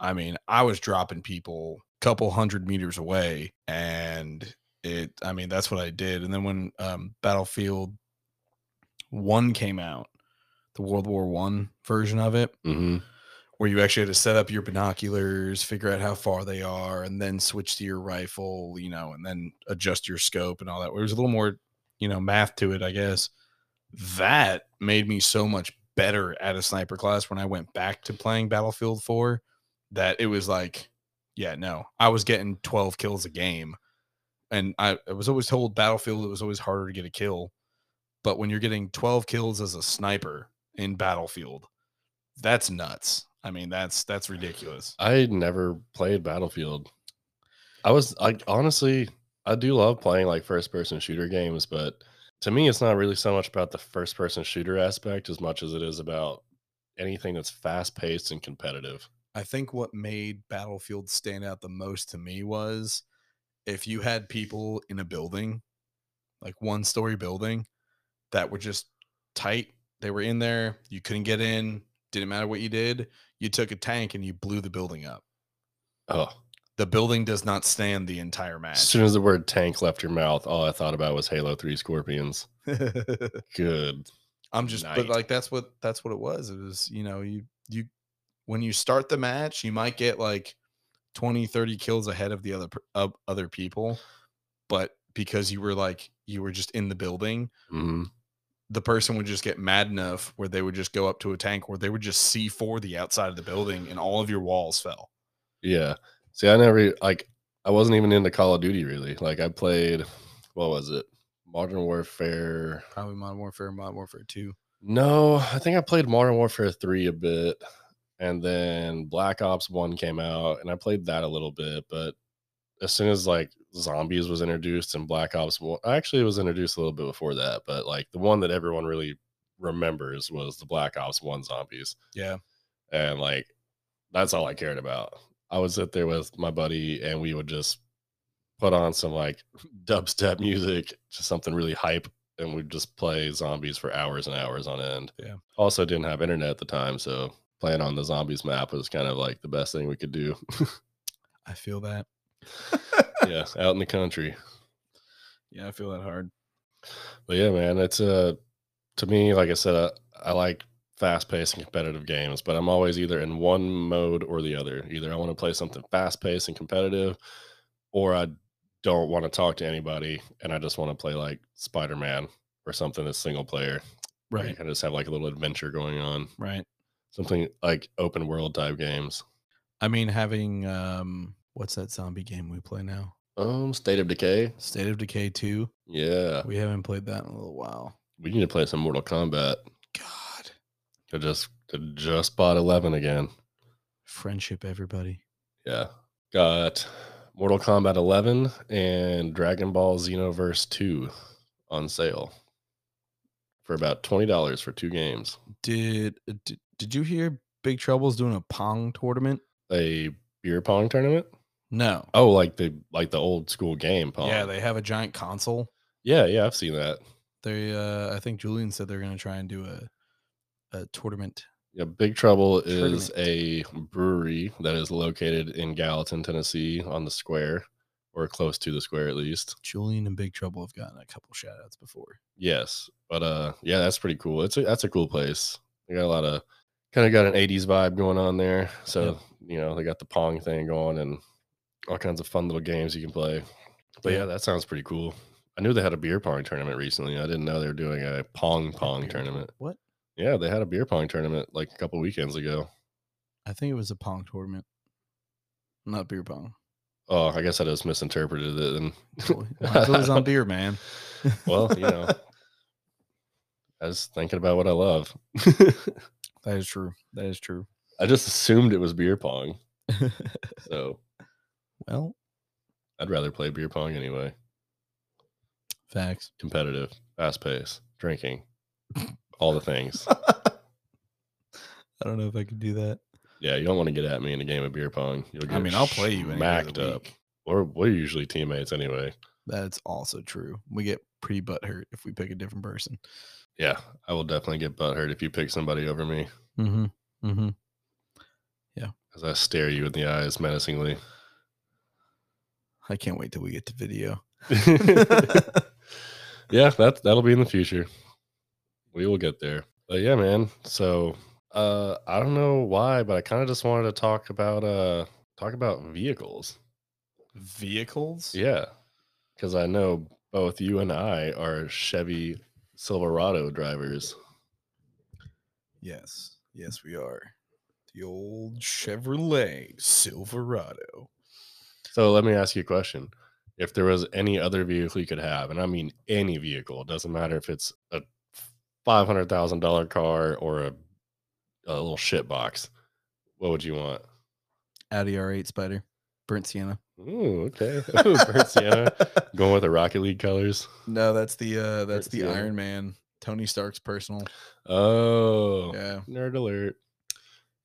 Speaker 1: i mean i was dropping people a couple hundred meters away and it i mean that's what i did and then when um, battlefield one came out the world war one version of it
Speaker 2: hmm
Speaker 1: where you actually had to set up your binoculars, figure out how far they are, and then switch to your rifle, you know, and then adjust your scope and all that. There was a little more, you know, math to it, I guess. That made me so much better at a sniper class when I went back to playing Battlefield 4 that it was like, yeah, no, I was getting 12 kills a game. And I, I was always told Battlefield, it was always harder to get a kill. But when you're getting 12 kills as a sniper in Battlefield, that's nuts. I mean, that's that's ridiculous.
Speaker 2: I never played Battlefield. I was like honestly, I do love playing like first person shooter games, but to me it's not really so much about the first person shooter aspect as much as it is about anything that's fast paced and competitive.
Speaker 1: I think what made Battlefield stand out the most to me was if you had people in a building, like one story building, that were just tight. They were in there. You couldn't get in. Didn't matter what you did. You took a tank and you blew the building up.
Speaker 2: Oh,
Speaker 1: The building does not stand the entire
Speaker 2: As
Speaker 1: match.
Speaker 2: soon as the word tank left your mouth, all I thought about was Halo 3 Scorpions. Good.
Speaker 1: I'm just, but
Speaker 2: Night.
Speaker 1: like that's what that's what it was. It was you know you you when you start the match, you might get like 20, 30 kills ahead of the other per- of other people, but because you were like you were just in the building,
Speaker 2: hmm
Speaker 1: the person would just get mad enough where they would just go up to a tank where they would just see for the outside of the building and all of your walls fell.
Speaker 2: Yeah. See, I never, like, I wasn't even into Call of Duty really. Like, I played, what was it? Modern Warfare.
Speaker 1: Probably Modern Warfare, Modern Warfare 2.
Speaker 2: No, I think I played Modern Warfare 3 a bit. And then Black Ops 1 came out, and I played that a little bit. But as soon as, like, Zombies was introduced and Black Ops 1, actually, it was introduced a little bit before that. But, like, the one that everyone really remembers was the Black Ops 1 Zombies.
Speaker 1: Yeah.
Speaker 2: and like that's all I cared about. I would sit there with my buddy and we would just put on some like dubstep music, just something really hype, and we'd just play zombies for hours and hours on end.
Speaker 1: Yeah.
Speaker 2: Also didn't have internet at the time, so playing on the zombies map was kind of like the best thing we could do.
Speaker 1: I feel that.
Speaker 2: yeah, out in the country.
Speaker 1: Yeah, I feel that hard.
Speaker 2: But yeah, man, it's uh to me, like I said, uh, I like fast paced and competitive games, but I'm always either in one mode or the other. Either I want to play something fast paced and competitive, or I don't want to talk to anybody and I just want to play like Spider Man or something that's single player. where you
Speaker 1: Right.
Speaker 2: can just have like a little adventure going on.
Speaker 1: Right.
Speaker 2: Something like open world type games.
Speaker 1: I mean, having um what's that zombie game we play now?
Speaker 2: Um, State of Decay.
Speaker 1: State of Decay 2.
Speaker 2: Yeah.
Speaker 1: We haven't played that in a little while.
Speaker 2: We need to play some Mortal Kombat.
Speaker 1: God.
Speaker 2: I just I just bought eleven again.
Speaker 1: Friendship, everybody.
Speaker 2: Yeah. Got Mortal Kombat 11 and Dragon Ball Xenoverse 2 on sale for about $20 for two games.
Speaker 1: Did did, did you hear Big Trouble's doing a Pong tournament?
Speaker 2: A beer pong tournament?
Speaker 1: No.
Speaker 2: Oh, like the like the old school game pong.
Speaker 1: Yeah, they have a giant console.
Speaker 2: yeah, yeah, I've seen that.
Speaker 1: They uh I think Julian said they're gonna try and do a a tournament.
Speaker 2: Yeah, Big Trouble is a brewery that is located in Gallatin, Tennessee on the square or close to the square at least.
Speaker 1: Julian and Big Trouble have gotten a couple shout outs before.
Speaker 2: Yes, but uh, yeah, that's pretty cool. It's a, that's a cool place. They got a lot of kind of got an '80s vibe going on there. So you know, they got the pong thing going and all kinds of fun little games you can play. But
Speaker 1: Yeah.
Speaker 2: yeah, that sounds pretty cool. I knew they had a beer pong tournament recently. I didn't know they were doing a pong pong
Speaker 1: Beer-
Speaker 2: tournament.
Speaker 1: What?
Speaker 2: Yeah, they had a beer pong tournament like a couple weekends ago.
Speaker 1: I think it was a Pong tournament. Not beer pong.
Speaker 2: Oh, I guess I just misinterpreted it. And
Speaker 1: Well, it was on beer, man.
Speaker 2: well, you know, I was thinking about what I love.
Speaker 1: That is true. That is true.
Speaker 2: I just assumed it was beer pong. So
Speaker 1: well,
Speaker 2: I'd rather play beer pong anyway.
Speaker 1: facts.
Speaker 2: Competitive, fast pace, drinking, all the things.
Speaker 1: I don't know if I could do that.
Speaker 2: Yeah, you don't want to get at me in a game of beer pong. You'll get
Speaker 1: I mean, I'll play you any day of
Speaker 2: smacked
Speaker 1: the
Speaker 2: up.
Speaker 1: week.
Speaker 2: We're, we're usually teammates anyway.
Speaker 1: That's also true. We get pretty butt hurt if we pick a different person.
Speaker 2: Yeah, I will definitely get butthurt if you pick somebody over me
Speaker 1: Mm-hmm. Mm-hmm.
Speaker 2: as I stare you in the eyes menacingly.
Speaker 1: I can't wait till we get to video.
Speaker 2: yeah, that that'll be in the future. We will get there. But yeah, man. So uh I don't know why, but I kind of just wanted to talk about uh talk about vehicles.
Speaker 1: Vehicles?
Speaker 2: Yeah. Cuz I know both you and I are Chevy Silverado drivers.
Speaker 1: Yes. Yes, we are. The old Chevrolet Silverado.
Speaker 2: So let me ask you a question. If there was any other vehicle you could have, and I mean any vehicle, it doesn't matter if it's a five hundred thousand dollar car or a a little shit box, what would you want?
Speaker 1: Audi R8 Spider. Burnt Sienna.
Speaker 2: Ooh, okay. Ooh, Burnt Sienna. Going with the Rocket League colors.
Speaker 1: No, that's the uh that's
Speaker 2: Burnt
Speaker 1: the
Speaker 2: Sienna.
Speaker 1: Iron Man. Tony Stark's personal.
Speaker 2: Oh.
Speaker 1: Yeah.
Speaker 2: Nerd alert.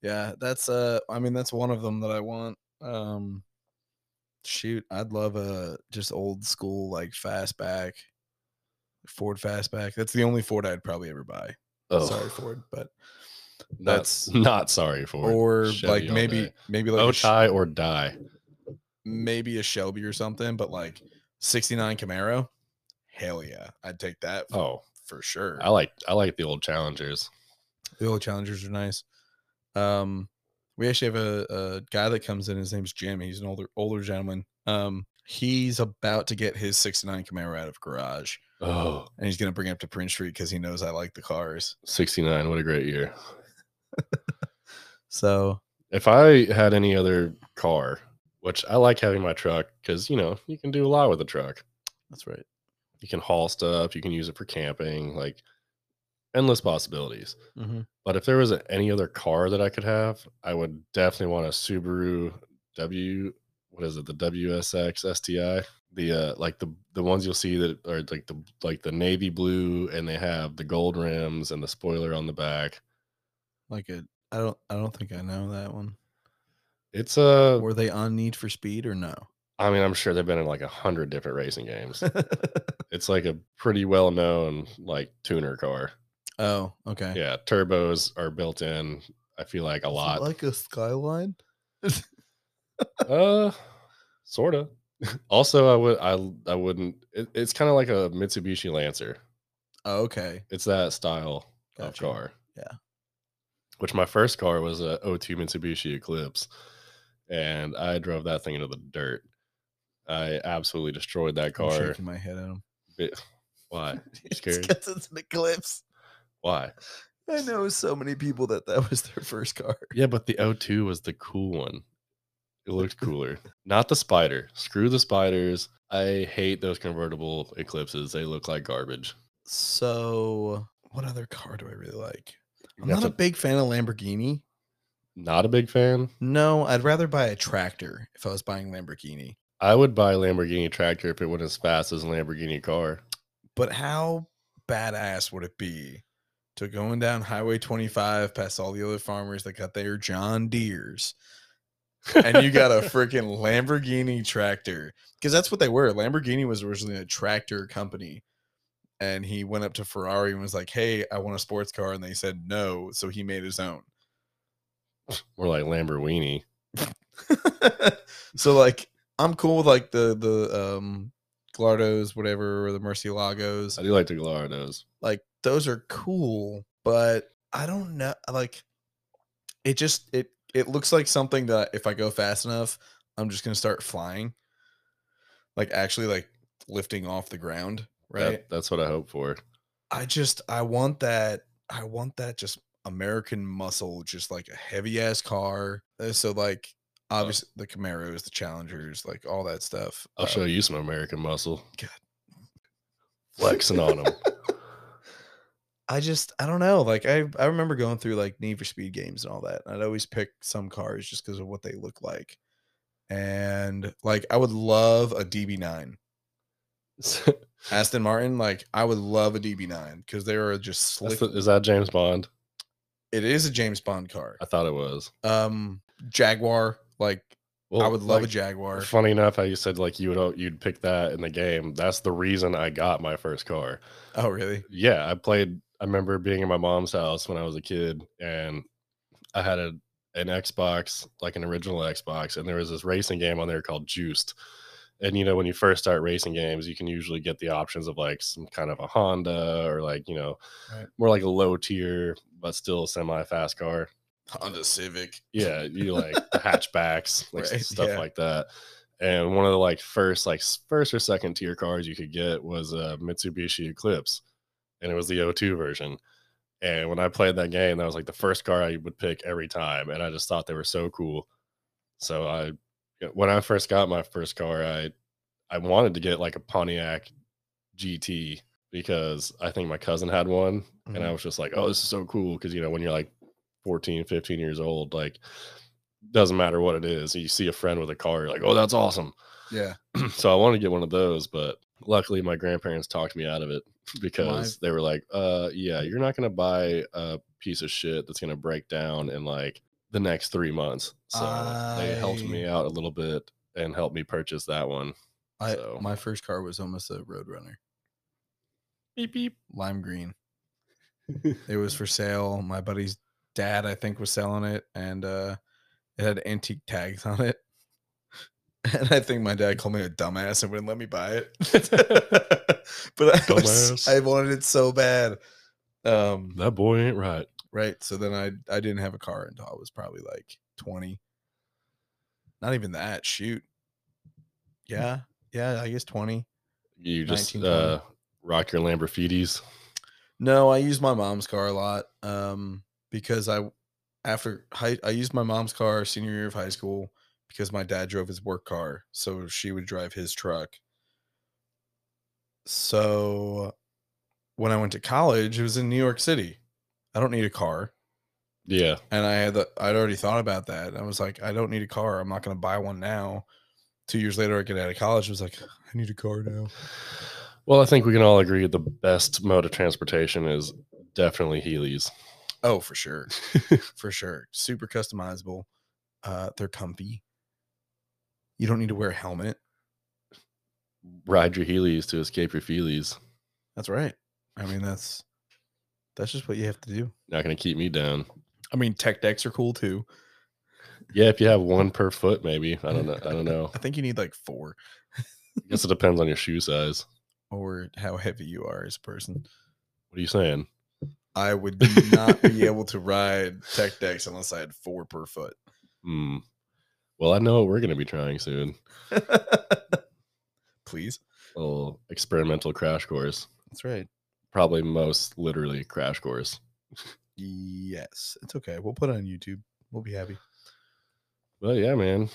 Speaker 1: Yeah, that's uh I mean that's one of them that I want. Um shoot, I'd love a just old school like fastback. Ford fastback. That's the only Ford I'd probably ever buy.
Speaker 2: Oh,
Speaker 1: Sorry Ford, but
Speaker 2: That's
Speaker 1: that's-
Speaker 2: not sorry for it.
Speaker 1: or
Speaker 2: Chevy
Speaker 1: like
Speaker 2: all
Speaker 1: maybe
Speaker 2: day.
Speaker 1: maybe like
Speaker 2: bow
Speaker 1: a sh-
Speaker 2: tie or die.
Speaker 1: maybe a Shelby or something, but like 69 Camaro, hell yeah, I'd take that for,
Speaker 2: Oh,
Speaker 1: for sure.
Speaker 2: I like I like the old Challengers.
Speaker 1: The old challengers are nice. Um, we actually have a, a guy that comes in. His name's Jim. He's an older older gentleman. Um, he's about to get his '69 Camaro out of garage,
Speaker 2: Oh,
Speaker 1: and he's gonna bring it up to Prince Street because he knows I like the cars.
Speaker 2: 69. What a great year.
Speaker 1: So
Speaker 2: If I had any other car, which I like having my truck because, you know, you can do a lot with a truck.
Speaker 1: that's right.
Speaker 2: You can haul stuff, you can use it for camping, like endless possibilities.
Speaker 1: Mm-hmm.
Speaker 2: But if there was any other car that I could have, I would definitely want a Subaru W. What is it? The WSX STI. The uh, like the the ones you'll see that are like the like the navy blue, and they have the gold rims and the spoiler on the back.
Speaker 1: Like a, I don't I don't think I know that one.
Speaker 2: It's a.
Speaker 1: Were they on Need for Speed or no?
Speaker 2: I mean, I'm sure they've been in like a hundred different racing games. it's like a pretty well known like tuner car.
Speaker 1: oh, okay.
Speaker 2: Yeah, turbos are built in. I feel like a
Speaker 1: Is it
Speaker 2: lot.
Speaker 1: like a skyline.
Speaker 2: Uh, sort of. Also, I would I I wouldn't. It, it's kind of like a Mitsubishi Lancer.
Speaker 1: Oh, okay.
Speaker 2: It's that style
Speaker 1: Gotcha.
Speaker 2: of car.
Speaker 1: Yeah.
Speaker 2: Which my first car was a 02 Mitsubishi Eclipse, and I drove that thing into the dirt. I absolutely destroyed that
Speaker 1: I'm
Speaker 2: car.
Speaker 1: shaking my head at him.
Speaker 2: It- why? scared?
Speaker 1: because it's an eclipse.
Speaker 2: Why?
Speaker 1: I know so many people that that was their first car.
Speaker 2: Yeah, but the 02 was the cool one. It looked cooler. Not the spider. Screw the spiders. I hate those convertible eclipses. They look like garbage.
Speaker 1: So, what other car do I really like? I'm
Speaker 2: That's
Speaker 1: not a big fan of Lamborghini.
Speaker 2: not a big fan.
Speaker 1: No, I'd rather buy a tractor if I was buying Lamborghini.
Speaker 2: I would buy a Lamborghini tractor if it went as fast as a Lamborghini car.
Speaker 1: But how badass would it be to going down Highway 25 past all the other farmers that got their John Deeres and you got a freaking Lamborghini tractor because that's what they were. Lamborghini was originally a tractor company, and he went up to Ferrari and was like, "Hey, I want a sports car," and they said no, so he made his own.
Speaker 2: more like Lamborghini.
Speaker 1: so like, I'm cool with like the the um Glardos, whatever, or the Murcielagos.
Speaker 2: I do like the Gallardos.
Speaker 1: Like those are cool, but I don't know. Like, it just it it looks like something that if I go fast enough, I'm just gonna start flying. Like actually, like lifting off the ground,
Speaker 2: That-
Speaker 1: right?
Speaker 2: that's what I hope for.
Speaker 1: I just I want that I want that just American muscle, just like a heavy ass car. Uh, So like obviously the Camaros, the Challengers, like all that stuff.
Speaker 2: I'll
Speaker 1: uh,
Speaker 2: show you some American muscle.
Speaker 1: God.
Speaker 2: Flexing on them.
Speaker 1: I just I don't know. Like I I remember going through like Need for Speed games and all that. And I'd always pick some cars just because of what they look like. And like I would love a DB9. Aston Martin, like I would love a DB9 because they are just slick.
Speaker 2: is that James Bond?
Speaker 1: it is a James Bond car.
Speaker 2: I thought it was.
Speaker 1: Um Jaguar, like
Speaker 2: Well,
Speaker 1: I would love a
Speaker 2: like,
Speaker 1: Jaguar.
Speaker 2: Funny enough, how you said like you would you'd pick that in the game. That's the reason I got my first car.
Speaker 1: Oh, really?
Speaker 2: yeah, I played. I remember being in my mom's house when I was a kid, and I had a an Xbox, like an original Xbox, and there was this racing game on there called Juiced. And you know, when you first start racing games, you can usually get the options of like some kind of a Honda or like you know,
Speaker 1: Right.
Speaker 2: more like a low tier but still semi fast car.
Speaker 1: Honda Civic.
Speaker 2: Yeah, you like the hatchbacks, like s-
Speaker 1: Right,
Speaker 2: stuff
Speaker 1: yeah.
Speaker 2: like that. And one of the like first, like s- first or second tier cars you could get was a Mitsubishi Eclipse, and it was the O2 version. And when I played that game, that was like the first car I would pick every time, and I just thought they were so cool. So I, when I first got my first car, I, I wanted to get like a Pontiac GT because I think my cousin had one, and I was just like, oh, this is so cool. Because, you know, when you're like 14, 15 years old, like, doesn't matter what it is. You see a friend with a car, you're like, oh, that's awesome.
Speaker 1: Yeah.
Speaker 2: so I wanted to get one of those, but luckily my grandparents talked me out of it because they were like, uh, yeah, you're not going to buy a piece of shit that's going to break down in like the next three months. So they helped
Speaker 1: I-
Speaker 2: me out a little bit and helped me purchase that one.
Speaker 1: I,
Speaker 2: So-
Speaker 1: My first car was almost a Roadrunner,
Speaker 2: Beep, beep.
Speaker 1: lime green. it was for sale. My buddy's dad, I think, was selling it, and uh, it had antique tags on it. And I think my dad called me a dumbass and wouldn't let me buy it. but I, was,
Speaker 2: Dumbass.
Speaker 1: I wanted it so bad. Um,
Speaker 2: That boy ain't right.
Speaker 1: right. So then I I didn't have a car until I was probably like 20. Not even that. Shoot. Yeah. Yeah. I guess 20.
Speaker 2: You just
Speaker 1: 1920.
Speaker 2: uh, rock your Lamborghinis.
Speaker 1: No, I used my mom's car a lot um, because I, after high, I used my mom's car senior year of high school because my dad drove his work car, so she would drive his truck. So, when I went to college, it was in New York City. I don't need a car,
Speaker 2: Yeah.
Speaker 1: and I had the, I'd already thought about that. I was like, I don't need a car. I'm not going to buy one now. Two years later, I get out of college. I was like, I need a car now.
Speaker 2: Well, I think we can all agree the best mode of transportation is definitely Heelys.
Speaker 1: Oh, for sure. for sure. Super customizable. Uh, they're comfy. You don't need to wear a helmet.
Speaker 2: Ride your Heelys to escape your Feelies.
Speaker 1: That's right. I mean, that's that's just what you have to do.
Speaker 2: Not going to keep me down.
Speaker 1: I mean, tech decks are cool too.
Speaker 2: Yeah, if you have one per foot, maybe. I don't know. I don't know.
Speaker 1: I think you need like four
Speaker 2: I guess it depends on your shoe size.
Speaker 1: or how heavy you are as a person.
Speaker 2: What are you saying?
Speaker 1: I would not be able to ride tech decks unless I had four per foot.
Speaker 2: Hmm. Well, I know what we're going to be trying soon.
Speaker 1: Please.
Speaker 2: A little experimental crash course.
Speaker 1: That's right.
Speaker 2: Probably most literally crash course.
Speaker 1: Yes. It's okay. We'll put it on YouTube. We'll be happy.
Speaker 2: But yeah, man.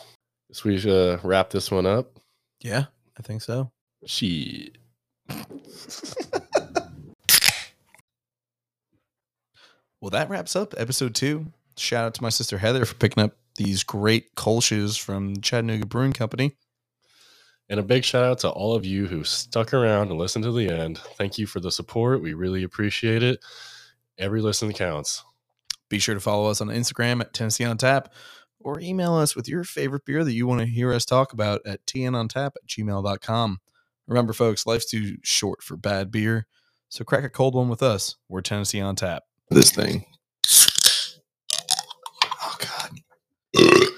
Speaker 2: Guess we should uh, wrap this one up.
Speaker 1: Yeah, I think so.
Speaker 2: Shit.
Speaker 1: Well, that wraps up episode two. Shout out to my sister Heather for picking up these great Kolsch's from Chattanooga Brewing Company.
Speaker 2: And a big shout out to all of you who stuck around and listened to the end. Thank you for the support. We really appreciate it. Every listen counts.
Speaker 1: Be sure to follow us on Instagram at Tennessee on Tap or email us with your favorite beer that you want to hear us talk about at tnontap at gmail.com. Remember, folks, life's too short for bad beer, so crack a cold one with us. We're Tennessee on Tap. This thing. Oh, God.